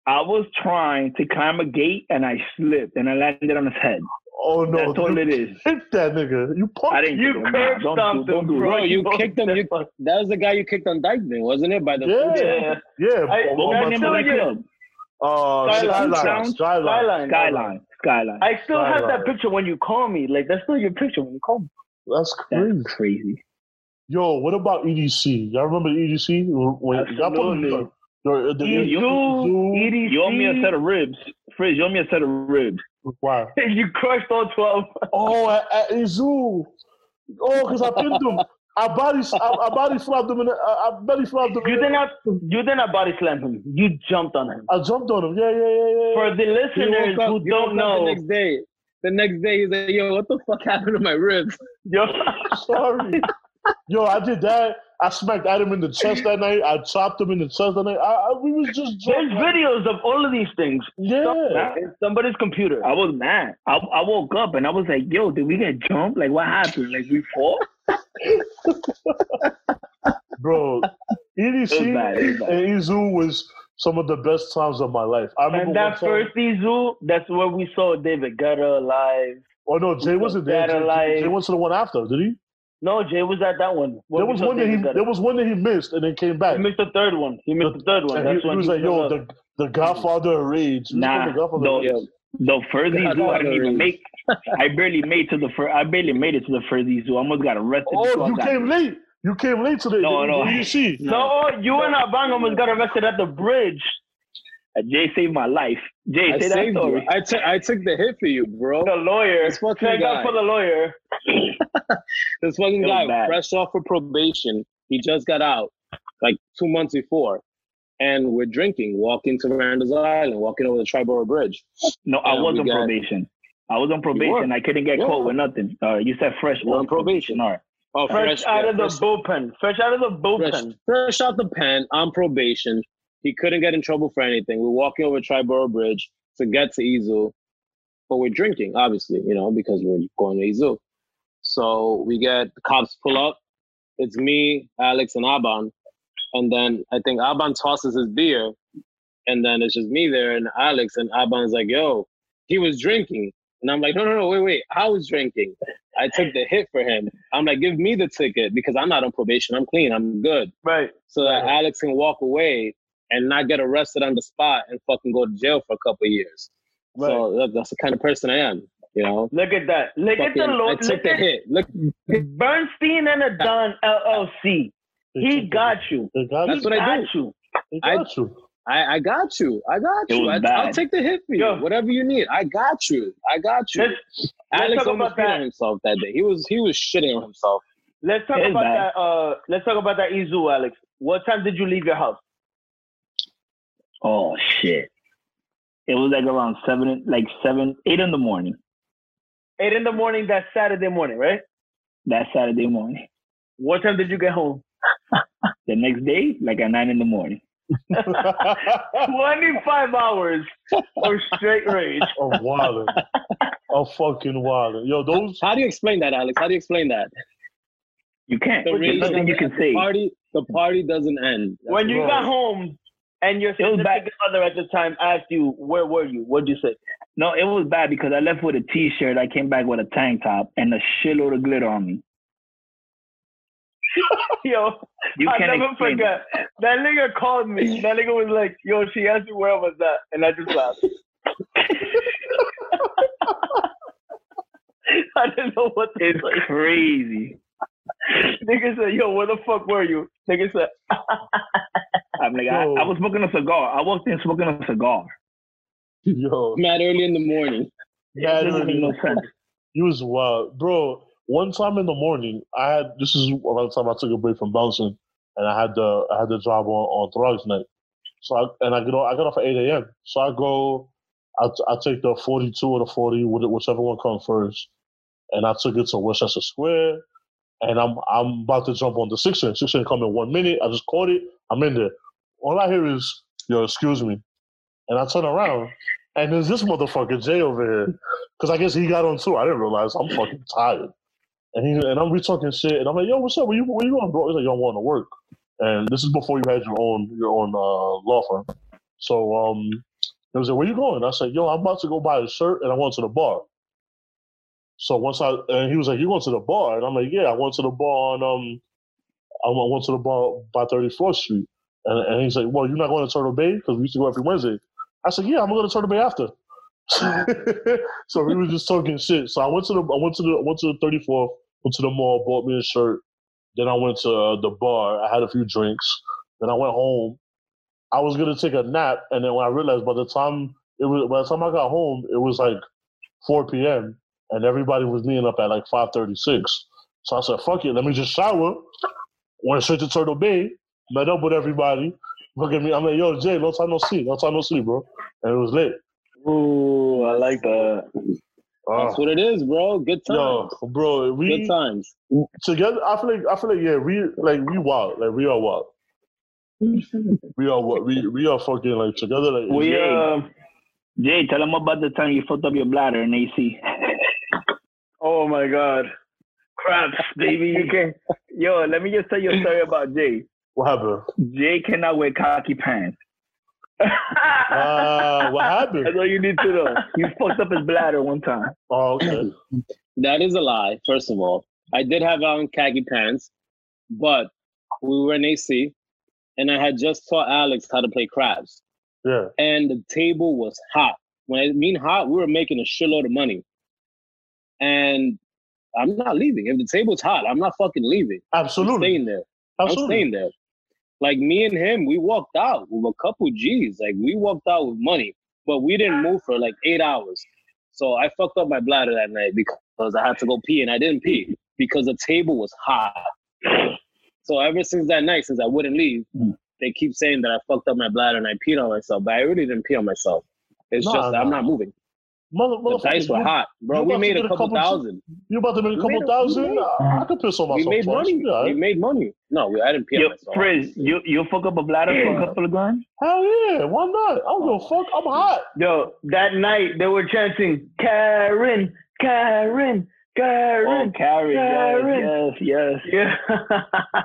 S4: I was trying to climb a gate and I slipped and I landed on his head.
S2: Oh no,
S4: That's all
S2: you
S4: it is.
S2: hit that nigga. You
S4: I
S2: punked.
S4: didn't
S3: You
S4: kick him.
S3: curb
S4: Nah, don't do,
S3: stomped
S4: don't
S3: him,
S4: do it.
S5: Bro,
S3: Right,
S5: you
S3: bro.
S5: kicked him. You, that was the guy you kicked on Dykeman, wasn't it? By the
S2: Yeah,
S3: Yeah.
S2: yeah.
S3: I-
S2: on
S4: What was
S2: my
S4: the name of that
S3: Skyline.
S4: club?
S2: Uh,
S3: Skyline.
S2: Skyline.
S4: Sound?
S2: Skyline.
S3: Skyline.
S4: Skyline. Skyline.
S3: I still have
S2: Skyline.
S3: that picture when you call me. Like that's not your picture when you call me.
S2: That's
S4: That's
S2: crazy.
S4: crazy.
S2: Yo, what about EDC? Y'all remember EDC? When, y'all probably-
S4: Absolutely. E
S2: Yo, the-
S4: You-
S3: You, EDC.
S4: You owe me a set of ribs. Frizz, you owe me a set of ribs.
S2: Why?
S3: You crushed all twelve.
S2: Oh, at, at Izu. Oh, because I pinned him. I body, I, I body flopped him. In the, I, I belly flopped him.
S3: You
S2: in
S3: did
S2: the-
S3: not. You did not body slam him. You jumped on him.
S2: I jumped on him. Yeah, yeah, yeah, yeah.
S3: For the
S5: He
S3: listeners
S5: woke up-
S3: who
S5: he woke
S3: don't
S5: up
S3: know,
S5: The next day, the next day he's like, "Yo, what the fuck happened to my ribs?"
S3: yo,
S2: Sorry. Yo, I did that. I smacked Adam in the chest that night. I chopped him in the chest that night. I, I we was just
S3: There's
S2: drunk.
S3: videos of all of these things.
S2: Yeah.
S3: It's somebody's computer.
S4: I was mad. I, I woke up and I was like, yo, did we get jumped? Like, what happened? Like, we fought?
S2: bro. EDC
S4: bad, it was bad.
S2: and Izu was some of the best times of my life. I remember one
S3: And that
S2: time.
S3: first Izu, that's where we saw David Guetta live.
S2: oh no, Jay wasn't there.
S3: Dead
S2: Jay,
S3: Alive.
S2: Jay went to the one after, did he?
S3: No, Jay was at that one. Where
S2: There
S3: we
S2: was
S3: saw
S2: one that he
S3: David Guetta.
S2: there was one that he missed and then came back.
S3: He missed the third one. He missed the third one.
S2: And he,
S3: That's
S2: he
S3: when
S2: was
S3: he
S2: like,
S3: showed
S2: "Yo,
S3: up.
S2: the the Godfather of Rage." He was
S4: Nah,
S2: called the Godfather
S3: Oh,
S4: no.
S2: of Rage.
S4: The first
S5: God,
S4: Izu, I
S5: that
S4: didn't even
S5: is-
S4: make. I barely made to the first. I barely made it to the first Izu. I almost got arrested.
S2: Oh,
S4: before I
S2: you
S4: got-
S2: came late. You came late to the
S4: No, no.
S2: the EDC.
S3: No,
S4: oh,
S3: you and Abang almost got arrested at the bridge.
S4: Uh, Jay saved my life. Jay,
S5: I
S4: say that
S5: saved you.
S4: story.
S5: I took I took the hit for you, bro.
S3: The lawyer.
S5: This fucking
S3: Check
S5: guy.
S3: out for the lawyer.
S5: This fucking
S4: It was
S5: guy,
S4: bad.
S5: fresh off of probation, he just got out like two months before, and we're drinking, walking to Randall's Island, walking over the Triborough Bridge.
S4: No, I
S5: Yeah,
S4: was
S5: we
S4: on
S5: got-
S4: probation. I was on
S5: were.
S4: probation. I couldn't get
S5: Yeah.
S4: caught with nothing. Uh, you said fresh
S5: You were on
S4: off
S5: probation.
S4: All right.
S5: Oh,
S3: Fresh out
S5: yeah,
S3: of the
S5: fresh-
S3: bullpen. Fresh out of the
S5: fresh,
S3: bullpen.
S5: fresh out the pen on probation. He couldn't get in trouble for anything. We're walking over Triborough Bridge to get to Izu, but we're drinking, obviously, you know, because we're going to Izu. So we get the cops pull up. It's me, Alex, and Aban. And then I think Aban tosses his beer, and then it's just me there and Alex. And Aban's like, yo, he was drinking. And I'm like, no, no, no, wait, wait. I was drinking. I took the hit for him. I'm like, give me the ticket because I'm not on probation. I'm clean. I'm good.
S3: Right.
S5: So that Alex can walk away and not get arrested on the spot and fucking go to jail for a couple of years. So that, that's the kind of person I am, you know?
S3: Look at that. Look at
S5: Fucking,
S3: the
S5: I
S3: lawyer.
S5: took
S3: Look
S5: the
S3: at
S5: hit. Look,
S3: Bernstein and Adon
S2: They
S3: LLC. He
S2: took-
S3: got you.
S2: They got
S5: That's
S2: you.
S5: what I
S3: got
S5: did.
S3: you.
S2: They
S5: I-
S2: got you.
S5: I, I got you. I got
S4: It
S5: you.
S4: was
S5: I,
S4: bad.
S5: I'll take the hit for you.
S3: Yo.
S5: Whatever you need. I got you. I got you.
S3: Let's let's
S5: Alex
S3: talk
S5: almost
S3: about
S5: peed
S3: that.
S5: on himself that day. He was he was shitting on himself.
S3: let's talk
S4: It's
S3: about
S4: bad.
S3: that. Uh, let's talk about that Izu, Alex. What time did you leave your house?
S4: Oh shit. It was like around seven, like seven, eight in the morning.
S3: Eight in the morning. That Saturday morning, right?
S4: That Saturday morning.
S3: What time did you get home?
S4: The next day, like at nine in the morning.
S3: Twenty-five hours of straight rage.
S2: a wallet. A fucking wallet. Yo, those
S5: How do you explain that, Alex? How do you explain that?
S4: You can't.
S5: The
S4: There's
S5: rage
S4: nothing you
S5: never-
S4: can say.
S5: Party the party doesn't end. That's
S3: When you
S5: wrong.
S3: got home and your
S4: was bad.
S3: significant other at the time asked you, "Where were you?" What'd you say?
S4: No, it was bad because I left with a T-shirt. I came back with a tank top and a shitload of glitter on me.
S3: Yo,
S4: You
S3: I
S4: can't
S3: never
S4: explain
S3: forget. That nigga called me. That nigga was like, "Yo, she asked me where I was at," and I just laughed. I didn't know what to
S4: It. It's
S3: say.
S4: crazy.
S3: Nigga said, "Yo, where the fuck were you?" Nigga said,
S4: I'm like, I,
S2: Yo.
S4: I was smoking a cigar. I walked in smoking a cigar.
S2: yo,
S5: mad early in the morning.
S4: It doesn't make no
S2: man,
S4: sense.
S2: you was wild, bro. One time in the morning, I had this is around the time I took a break from bouncing, and I had the I had the job on on drugs night. So I, and I get off, I got off at eight a.m. So I go, I, t- I take the forty two or the forty, wh- whichever one comes first, and I took it to Westchester Square, and I'm I'm about to jump on the six inch. Six inch come in one minute. I just caught it. I'm in there. All I hear is yo, excuse me, and I turn around, and there's this motherfucker Jay over here. Cause I guess he got on too. I didn't realize I'm fucking tired. And he and I'm we talking shit and I'm like, yo, what's up? Where you where you going, bro? He's like, yo, I'm going to work. And this is before you had your own your own uh, law firm. So um he was like, where you going? I said, yo, I'm about to go buy a shirt and I went to the bar. So once I and he was like, you going to the bar? And I'm like, yeah, I went to the bar on um I went went to the bar by 34th Street. And, and he's like, well, you're not going to Turtle Bay because we used to go every Wednesday. I said, yeah, I'm going to Turtle Bay after. so we were just talking shit. So I went to the I went to the I went to the 34th, went to the mall, bought me a shirt. Then I went to uh, the bar. I had a few drinks. Then I went home. I was gonna take a nap, and then when I realized by the time it was by the time I got home, it was like 4 p.m. and everybody was meeting up at like 5:36. So I said, "Fuck it, let me just shower." Went straight to Turtle Bay, met up with everybody. Look at me, I'm like, "Yo, Jay, no time no see, no time no see, bro," and it was late.
S4: Ooh, I like that.
S2: I
S5: That's what it is, bro. Good times.
S2: Oh. Yo, bro,
S5: Good
S2: we
S5: times.
S2: together. I feel like I feel like yeah, we like we wild, like we are wild. we are what we we are fucking like together. Like
S3: We uh,
S4: Jay, tell them about the time you fucked up your bladder in AC.
S3: oh my god, craps, baby. You can, yo, let me just tell you a story about Jay.
S2: what happened?
S4: Jay cannot wear khaki pants.
S2: Uh, what
S3: That's
S2: happened?
S3: all you need to know.
S4: You fucked up his bladder one time.
S2: Oh, okay.
S5: That is a lie, first of all. I did have on khaki pants, but we were in AC, and I had just taught Alex how to play crabs.
S2: Yeah.
S5: and the table was hot. When I mean hot, we were making a shitload of money. And I'm not leaving. If the table's hot, I'm not fucking leaving. I'm
S2: Absolutely.
S5: staying there. I'm
S2: Absolutely.
S5: staying there. Like me and him, we walked out with a couple G's. Like we walked out with money, but we didn't move for like eight hours. So I fucked up my bladder that night because I had to go pee and I didn't pee because the table was hot. So ever since that night, since I wouldn't leave,
S2: Hmm.
S5: they keep saying that I fucked up my bladder and I peed on myself, but I really didn't pee on myself. It's
S2: Nah,
S5: just that I'm
S2: nah.
S5: not moving.
S2: Mother,
S5: The dice were
S2: you-
S5: hot, bro.
S2: you
S5: We
S2: about to
S5: made a
S2: get a
S5: couple
S2: couple G's?
S5: thousand.
S2: You about to make a
S5: We
S2: couple
S5: made a-
S2: thousand?
S5: we made-
S2: I, I could piss on
S5: We
S2: myself.
S5: made
S2: twice.
S5: money.
S2: Yeah,
S5: We made money. No, we- I didn't pee
S4: Yo,
S5: on myself.
S4: Frizz, you you fuck up a bladder for a couple of grand?
S2: Hell yeah. Why not? I
S5: Oh.
S2: don't give a fuck. I'm hot.
S3: Yo, that night they were chanting Karen, Karen,
S4: Oh,
S3: Karen.
S4: Karen, yes,
S3: Karen.
S4: yes, yes.
S3: Yeah.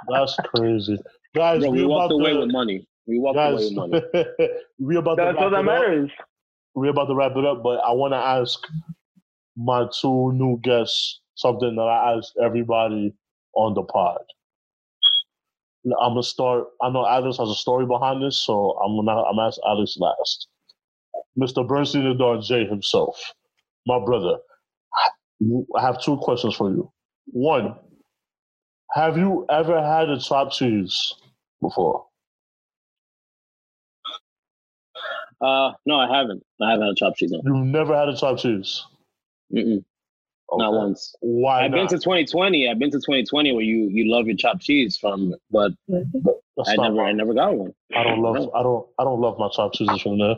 S2: That's crazy, guys.
S5: Bro, we
S2: about
S5: walked away
S2: to,
S5: with money. We walked away
S2: guys.
S5: with money.
S2: we about to
S3: That's all
S2: wrap
S3: that
S2: it up.
S3: matters.
S2: We're about to wrap it up, but I want to ask my two new guests something that I ask everybody on the pod. I'm gonna start. I know Alex has a story behind this, so I'm gonna I'm gonna ask Alex last. Mr. Bernstein the Dog J himself, my brother. I have two questions for you. One, have you ever had a chopped cheese before?
S5: Uh, no, I haven't. I haven't had a chop cheese. No,
S2: You've never had a chopped cheese.
S5: Mm-mm, not
S2: Okay.
S5: once.
S2: Why
S5: I've been
S2: not?
S5: to 2020. I've been to 2020 where you you love your chopped cheese from, but
S2: That's
S5: I
S2: not
S5: never I never got one.
S2: I don't love I don't I don't love my chopped cheeses from there.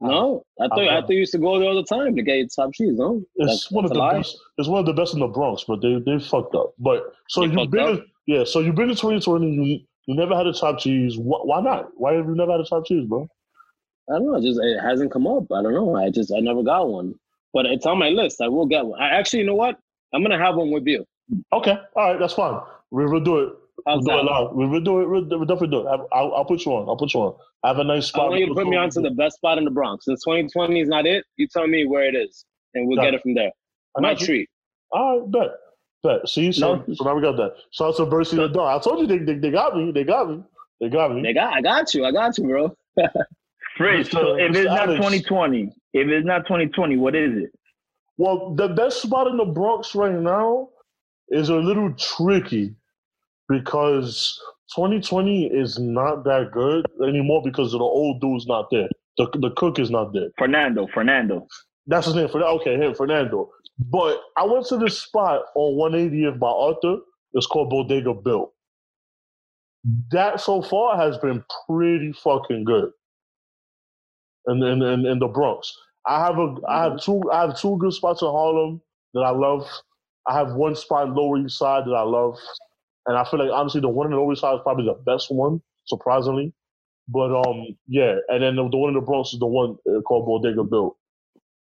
S5: No, I thought I
S2: not.
S5: thought you used to go there all the time to get your chopped cheese. No,
S2: It's
S5: That's-
S2: one of
S5: that's
S2: the
S5: a lie.
S2: best. It's one of the best in the Bronx, but they they fucked up. But so
S5: They
S2: you've
S5: fucked
S2: been
S5: up?
S2: in, yeah. So you've been to 2020. You you never had a chopped cheese. Wh- why not? Why have you never had a chopped cheese, bro?
S5: I don't know. It just it hasn't come up. I don't know. I just I never got one, but it's on my list. I will get one. I actually, you know what? I'm gonna have one with you.
S2: Okay, all right, that's fine. We will do it. We'll
S5: How's
S2: do it
S5: that?
S2: live. We will do it. We'll, we'll definitely do it. I'll, I'll, I'll put you on. I'll put you on. I have a nice
S5: I
S2: spot.
S5: want you to put me on to the best spot in the Bronx. Since 2020 is not it, you tell me where it is, and we'll
S2: Got
S5: get
S2: it.
S5: it from there.
S2: I
S5: My
S2: got you.
S5: treat.
S2: All right, bet. Bet. See, so,
S4: No.
S2: so now we got that. So it's a Bercy the dog. I told you they, they, they got me. They got me. They got me.
S5: They got, I got you. I got you, bro.
S4: Frizz, so
S2: Mr.
S4: if it's not
S2: Alex.
S4: 2020, if it's not 2020, what is it?
S2: Well, the best spot in the Bronx right now is a little tricky because 2020 is not that good anymore because of the old dude's not there. The, the cook is not there.
S4: Fernando, Fernando.
S2: That's his name. For okay, him Fernando. But I went to this spot on 180th by Arthur. It's called Bodega Bill. That so far has been pretty fucking good. And in, in, in the Bronx, I have a I have two I have two good spots in Harlem that I love. I have one spot in Lower East Side that I love, and I feel like honestly the one in the Lower East Side is probably the best one, surprisingly. But um, yeah, and then the, the one in the Bronx is the one uh, called Bodega Bill.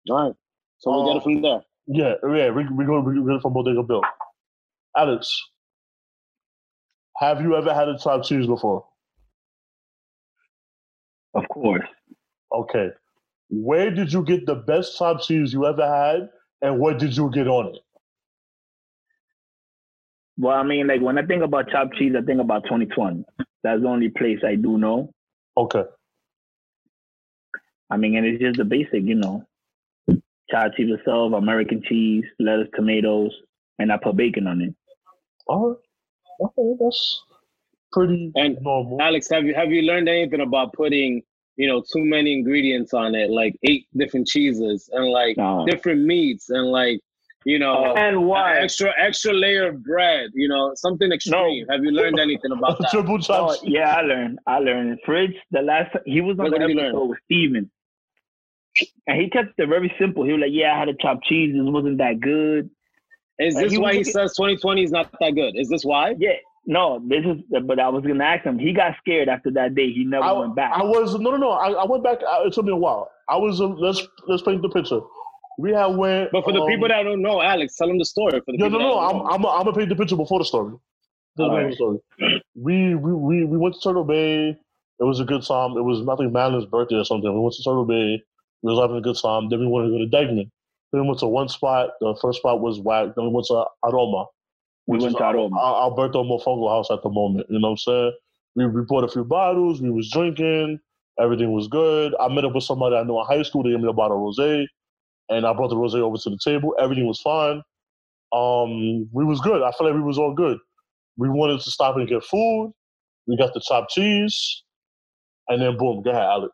S5: All right. So we'll get
S2: Oh.
S5: it from there.
S2: Yeah, yeah, we we go we go from Bodega Bill. Alex, have you ever had a chopped cheese before?
S4: Of course.
S2: Okay, where did you get the best chopped cheese you ever had, and what did you get on it?
S4: Well, I mean, like when I think about chopped cheese, I think about 2020. That's the only place I do know.
S2: Okay,
S4: I mean, and it's just the basic, you know. Chopped cheese itself, American cheese, lettuce, tomatoes, and I put bacon on it.
S2: all right, okay, that's pretty
S5: And
S2: normal.
S5: Alex, have you have you learned anything about putting, you know, too many ingredients on it, like eight different cheeses and like
S4: No.
S5: different meats and like, you
S4: Uh, Oh,
S5: know,
S3: And why?
S5: an extra extra layer of bread, you know, something extreme. Have you learned anything about that?
S2: Triple
S4: Oh,
S2: chopped cheese.
S4: yeah, I learned. I learned. Fridge, the last he was on
S5: What
S4: the
S5: did you
S4: episode
S5: learn?
S4: with Steven. And he kept it very simple. He was like, "Yeah, I had a chopped cheese. It wasn't that good."
S5: Is
S4: Like,
S5: this
S4: he
S5: why
S4: was
S5: he
S4: looking-
S5: says 2020 is not that good? Is this why?
S4: Yeah, no, this is. But I was gonna ask him. He got scared after that day. He never
S2: I,
S4: went back.
S2: I was no, no, no. I, I went back. I, it took me a while. I was. Um, let's let's paint the picture. We had went.
S5: But for the
S2: um,
S5: people that don't know, Alex, tell them the story. For the
S2: No, no,
S5: people
S2: no.
S5: that
S2: I'm
S5: don't know.
S2: I'm I'm gonna paint the picture before the story. This is
S5: All
S2: before
S5: right.
S2: the story. We, we we we went to Turtle Bay. It was a good time. It was I think Madeline's birthday or something. We went to Turtle Bay. We was having a good time. Then we wanted to go to Degman. Then we went to one spot. The first spot was whack. Then we went to Aroma.
S4: we
S2: which
S4: went
S2: is
S4: to Aroma.
S2: Al- Alberto Mofongo house at the moment. You know what I'm saying? We, we bought a few bottles. We was drinking. Everything was good. I met up with somebody I knew in high school. They gave me a bottle of rosé, and I brought the rosé over to the table. Everything was fine. Um, we was good. I feel like we was all good. We wanted to stop and get food. We got the chopped cheese, and then boom, go ahead, Alex.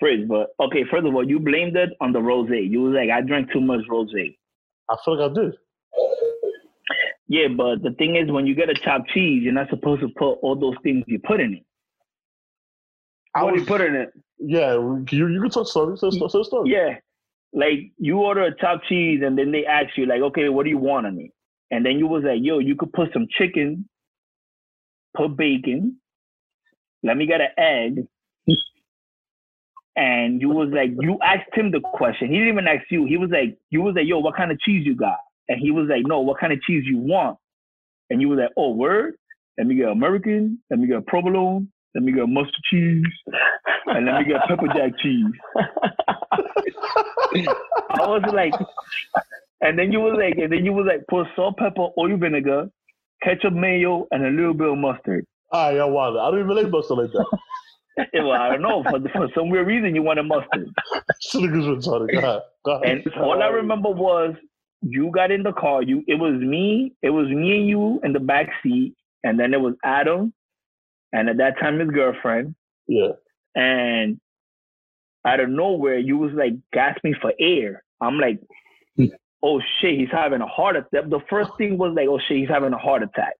S4: Fridge, but okay. First of all, you blamed it on the rosé. You was like, "I drank too much rosé."
S2: I feel like I did.
S4: Yeah, but the thing is, when you get a chopped cheese, you're not supposed to put all those things you put in it.
S2: I
S3: What
S2: was,
S3: do you put in it?
S2: yeah, you you can tell the story. Tell the story. Tell the story.
S4: Yeah. Like you order a chopped cheese and then they ask you, like, okay, what do you want on it? And then you was like, yo, you could put some chicken, put bacon, let me get an egg. and you was like, you asked him the question. He didn't even ask you. He was like, you was like, yo, what kind of cheese you got? And he was like, no, what kind of cheese you want? And you was like, oh, word? Let me get American, let me get provolone, let me get mustard cheese, and let me get pepper jack cheese. I was like, and then you was like, and then you was like, put salt, pepper, oil, vinegar, ketchup, mayo, and a little bit of mustard.
S2: All right, y'all wild. I don't even like mustard like that.
S4: Yeah, well, I don't know for, for some weird reason you wanted mustard.
S2: This nigga's retarded. Go ahead. Go ahead.
S4: And all I remember was you got in the car. You it was me, it was me and you in the back seat, and then it was Adam, and at that time his girlfriend,
S2: Yeah.
S4: and out of nowhere you was like gasping for air. I'm like, oh shit, he's having a heart attack. The first thing was like, oh shit, he's having a heart attack.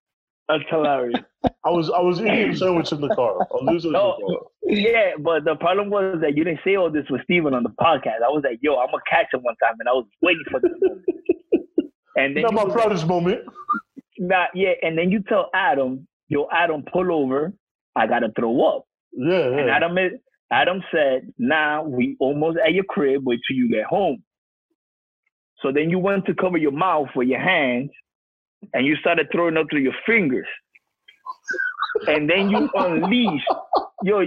S3: That's hilarious.
S2: I was I was eating a sandwich in the car. I was eating a
S4: No.
S2: sandwich in the car.
S4: Yeah, but the problem was that you didn't say all this with Steven on the podcast. I was like, yo, I'm gonna catch him one time, and I was waiting for this. moment. And then
S2: Not
S4: you
S2: my
S4: was
S2: proudest moment.
S4: Not yeah, and then you tell Adam, yo, Adam, pull over. I gotta throw up.
S2: Yeah,
S4: And
S2: yeah.
S4: Adam is- Adam said, nah, we almost at your crib, wait till you get home. So then you went to cover your mouth with your hands and you started throwing up through your fingers. And then you unleashed, yo,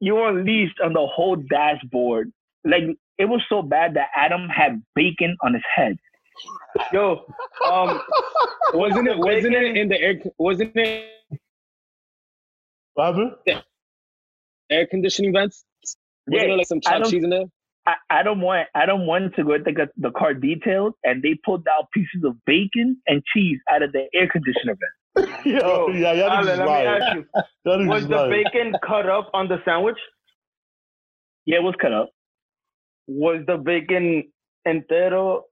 S4: you unleashed on the whole dashboard. Like it was so bad that Adam had bacon on his head.
S3: Yo, um,
S5: Wasn't it? Wasn't it in the air? Wasn't it
S2: What happened?
S5: air conditioning vents? Wasn't
S4: Yeah,
S5: there like some
S4: I
S5: chopped
S4: don't-
S5: cheese in there?
S4: I, I don't want I don't want to go to get the car detailed and they pulled out pieces of bacon and cheese out of the air conditioner vent.
S2: Yeah,
S3: yo,
S2: yeah, y'all
S3: Alan,
S2: niggas
S3: let me
S2: lying.
S3: ask you:
S2: Y'all
S3: Was
S2: niggas
S3: the
S2: lying.
S3: bacon cut up on the sandwich?
S4: Yeah, it was cut up.
S3: Was the bacon entero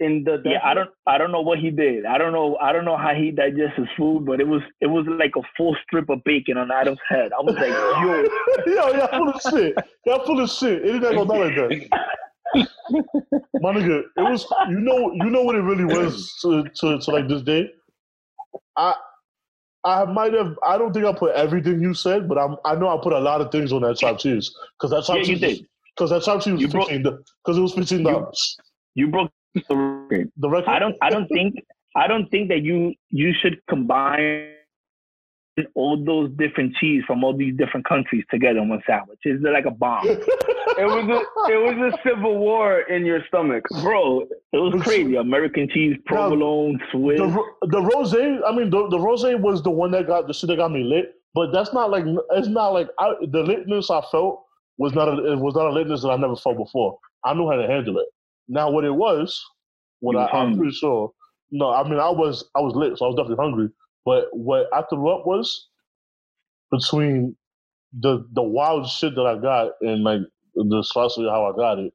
S3: in the?
S4: Yeah, I don't I don't know what he did. I don't know I don't know how he digests his food, but it was it was like a full strip of bacon on Adam's head. I was like, yo,
S2: Yo, y'all full of shit. Y'all full of shit. It didn't go down like that. My nigga, it was you know you know what it really was to, to, to like this day. I I might have I don't think I put everything you said, but I'm I know I put a lot of things on that chopped cheese because that
S4: yeah,
S2: chopped
S4: you
S2: cheese
S4: did.
S2: because that chopped cheese
S4: You
S2: was
S4: broke-
S2: fifteen because it was fifteen dollars.
S4: You broke the record.
S2: The record.
S4: I don't I don't think I don't think that you you should combine all those different cheese from all these different countries together in one sandwich. It's like a bomb.
S3: It was a it was a civil war in your stomach.
S4: Bro, it was
S2: But
S4: crazy. American cheese, provolone, Swiss.
S2: The, ro- the rose, I mean, the, the rose was the one that got the shit that got me lit. But that's not like it's not like I, the litness I felt was not a, it was not a litness that I never felt before. I knew how to handle it. Now what it was, what
S4: You
S2: I,
S4: were
S2: I'm
S4: hungry.
S2: pretty sure. No, I mean I was I was lit, so I was definitely hungry. But what I threw up was between the the wild shit that I got and like the sausage how I got it,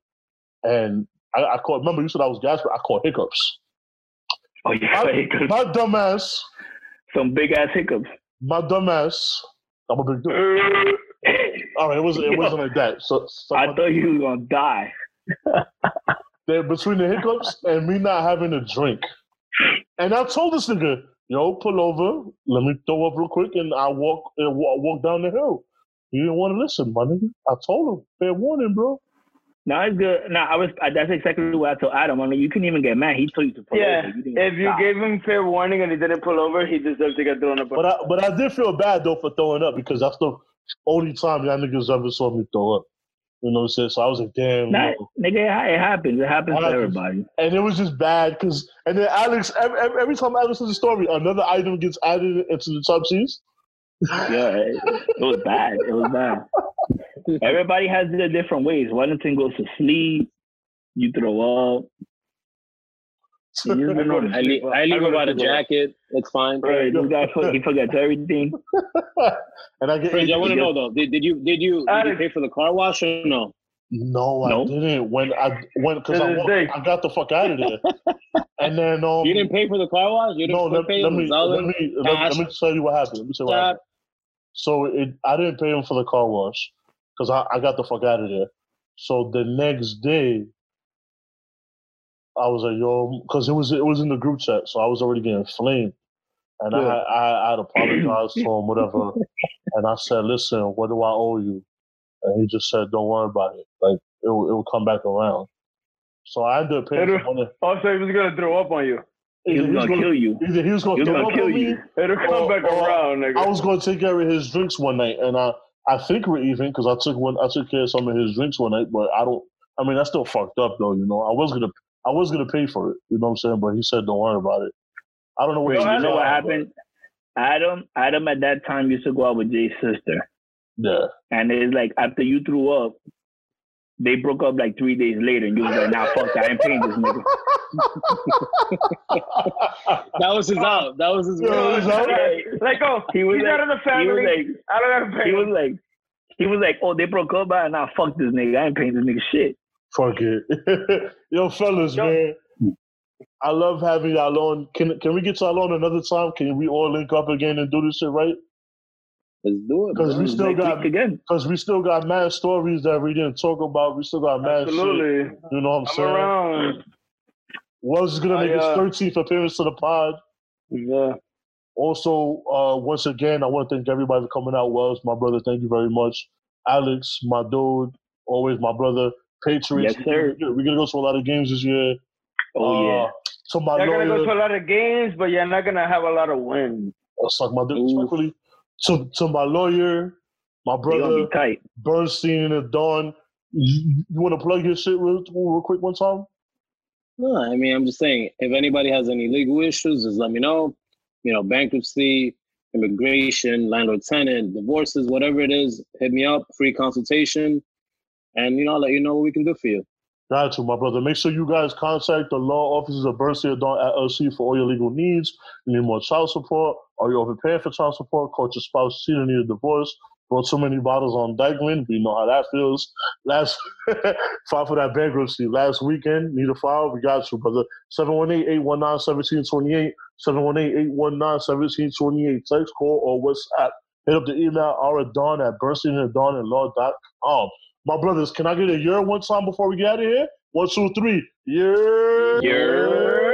S2: and I, I caught. Remember you said I was gasping. I caught hiccups.
S4: oh yeah,
S2: I-
S4: hiccups.
S2: My dumb ass
S4: some big ass hiccups.
S2: my dumb ass. I'm a big dude. All right, it was it wasn't like that. So, so
S4: I thought you were gonna die.
S2: they're between the hiccups and me not having a drink. And I told this nigga, yo, pull over, let me throw up real quick, and I walk uh, wa- walk down the hill. He didn't want to listen, my nigga. I told him, fair warning, bro.
S4: No, it's good. No, I was. I, that's exactly what I told Adam. I mean, you couldn't even get mad. He told you to pull
S3: Yeah,
S4: over. didn't
S3: if you
S4: stop.
S3: gave him fair warning and he didn't pull over, he deserved to get thrown up.
S2: But I but I did feel bad though for throwing up because that's the only time y'all niggas ever saw me throw up. You know what I'm saying? So I was like, damn.
S4: Nah,
S2: you know.
S4: nigga, it ha- it happens. It happens
S2: It
S4: to
S2: happens.
S4: everybody.
S2: And it was just bad because, and then Alex, every, every, every time Alex does a story, another item gets added into the top seas.
S4: Yeah, it, it was bad. It was bad. Everybody has their different ways. Wellington goes to sleep. You throw up. You just don't know.
S5: I leave, I leave about a jacket. It's fine.
S4: Right, this guy for- he forgets everything.
S2: and I get
S5: Fridge, I want to
S4: Yeah.
S5: know though. Did, did you did you did you
S3: Alex.
S5: pay for the car wash or no?
S2: no, I
S4: No.
S2: didn't. When I went, because I,
S3: To this
S2: walked-
S3: day.
S2: I got the fuck out of there. and then um,
S5: You didn't pay for the car wash. You didn't
S2: no, let,
S5: pay for
S2: let me
S5: Gonzalez?
S2: let me let, let
S5: Cash.
S2: me tell you what happened. Let me tell you what
S5: Stop.
S2: happened. So it, I didn't pay him for the car wash because I, I got the fuck out of there. So the next day, I was like, yo, because it was it was in the group chat, so I was already getting flamed, and I,
S5: Yeah.
S2: I I had apologized to him, whatever, and I said, listen, what do I owe you? And he just said, don't worry about it, like it will- it will come back around. So I ended up paying
S3: It'll-
S2: for one of-
S3: Also, he was gonna throw up on you.
S4: He
S2: either
S4: was
S2: he was
S4: gonna
S2: going
S4: kill you.
S2: either he was
S4: He
S2: going
S4: was
S2: to
S4: gonna kill
S2: me
S4: you.
S3: It'll come
S2: Oh,
S3: back
S2: oh,
S3: around, nigga.
S2: I was going to take care of his drinks one night, and I, I think we're even because I took one, I took care of some of his drinks one night, but I don't. I mean, that's still fucked up though. You know, I was gonna, I was gonna pay for it. You know what I'm saying? But he said, don't worry about it. I don't know what.
S4: You
S2: he
S4: know
S2: did,
S4: what
S2: but-
S4: happened? Adam, Adam at that time used to go out with Jay's sister,
S2: Yeah.
S4: and it's like after you threw up, they broke up like three days later, and you was like, "Nah, fuck, that, I ain't paying this nigga."
S5: That was his out. That was his.
S2: Yeah, it was out.
S3: Like, oh,
S4: He was
S3: he's
S4: like-
S3: out of the
S4: He
S3: family.
S4: was like,
S3: I don't gotta pay.
S4: he
S3: him.
S4: was like, he was like, "Oh, they broke up, but nah, fuck this nigga, I ain't paying this nigga shit."
S2: Fuck it, yo, fellas,
S3: Yo.
S2: man. I love having y'all on. Can can we get y'all on another time? Can we all link up again and do this shit right?
S5: Let's do it.
S2: Because
S5: bro.
S2: we still
S4: Next
S2: got
S4: week again.
S2: because we still got mad stories that we didn't talk about. We still
S4: uh,
S2: got mad shit.
S3: Absolutely.
S2: You know what I'm,
S3: I'm
S2: saying?
S3: around.
S2: Was is gonna
S3: I,
S2: make his
S3: uh,
S2: thirteenth appearance to the pod.
S3: Yeah.
S2: Also, uh, once again, I want to thank everybody for coming out. Wells, my brother, thank you very much. Alex, my dude, always my brother. Patriots,
S4: Yes, sir.
S2: We're, gonna go to a lot of games this year.
S4: Oh
S2: Uh,
S4: yeah.
S2: To my
S3: You're gonna
S2: lawyer,
S3: go to a lot of games, but you're not gonna have a lot of wins.
S2: I'll oh, suck my dick
S5: Ooh.
S2: respectfully. To to my lawyer, my
S4: They
S2: brother
S4: gonna be tight.
S2: Bernstein and Don. You, you want to plug your shit real, real quick one time?
S5: No, I mean, I'm just saying, if anybody has any legal issues, just let me know. You know, bankruptcy, immigration, landlord tenant, divorces, whatever it is, hit me up, free consultation, and you know, I'll let you know what we can do for you.
S2: Got to, my brother. Make sure you guys contact the law offices of Bernstein and Don at LC for all your legal needs. You need more child support? Are you overpaying for child support? Caught your spouse cheating, need a divorce? Brought too many bottles on Dykeman. We know how that feels. Last file for that bankruptcy. Last weekend, need a file? We got you, brother. 718-819-1728. 718-819-1728. Text, call, or WhatsApp. Hit up the email, our Don at Bernstein and Don and law.com. My brothers, can I get a year one time before we get out of here? One, two, three. Year.
S5: Year.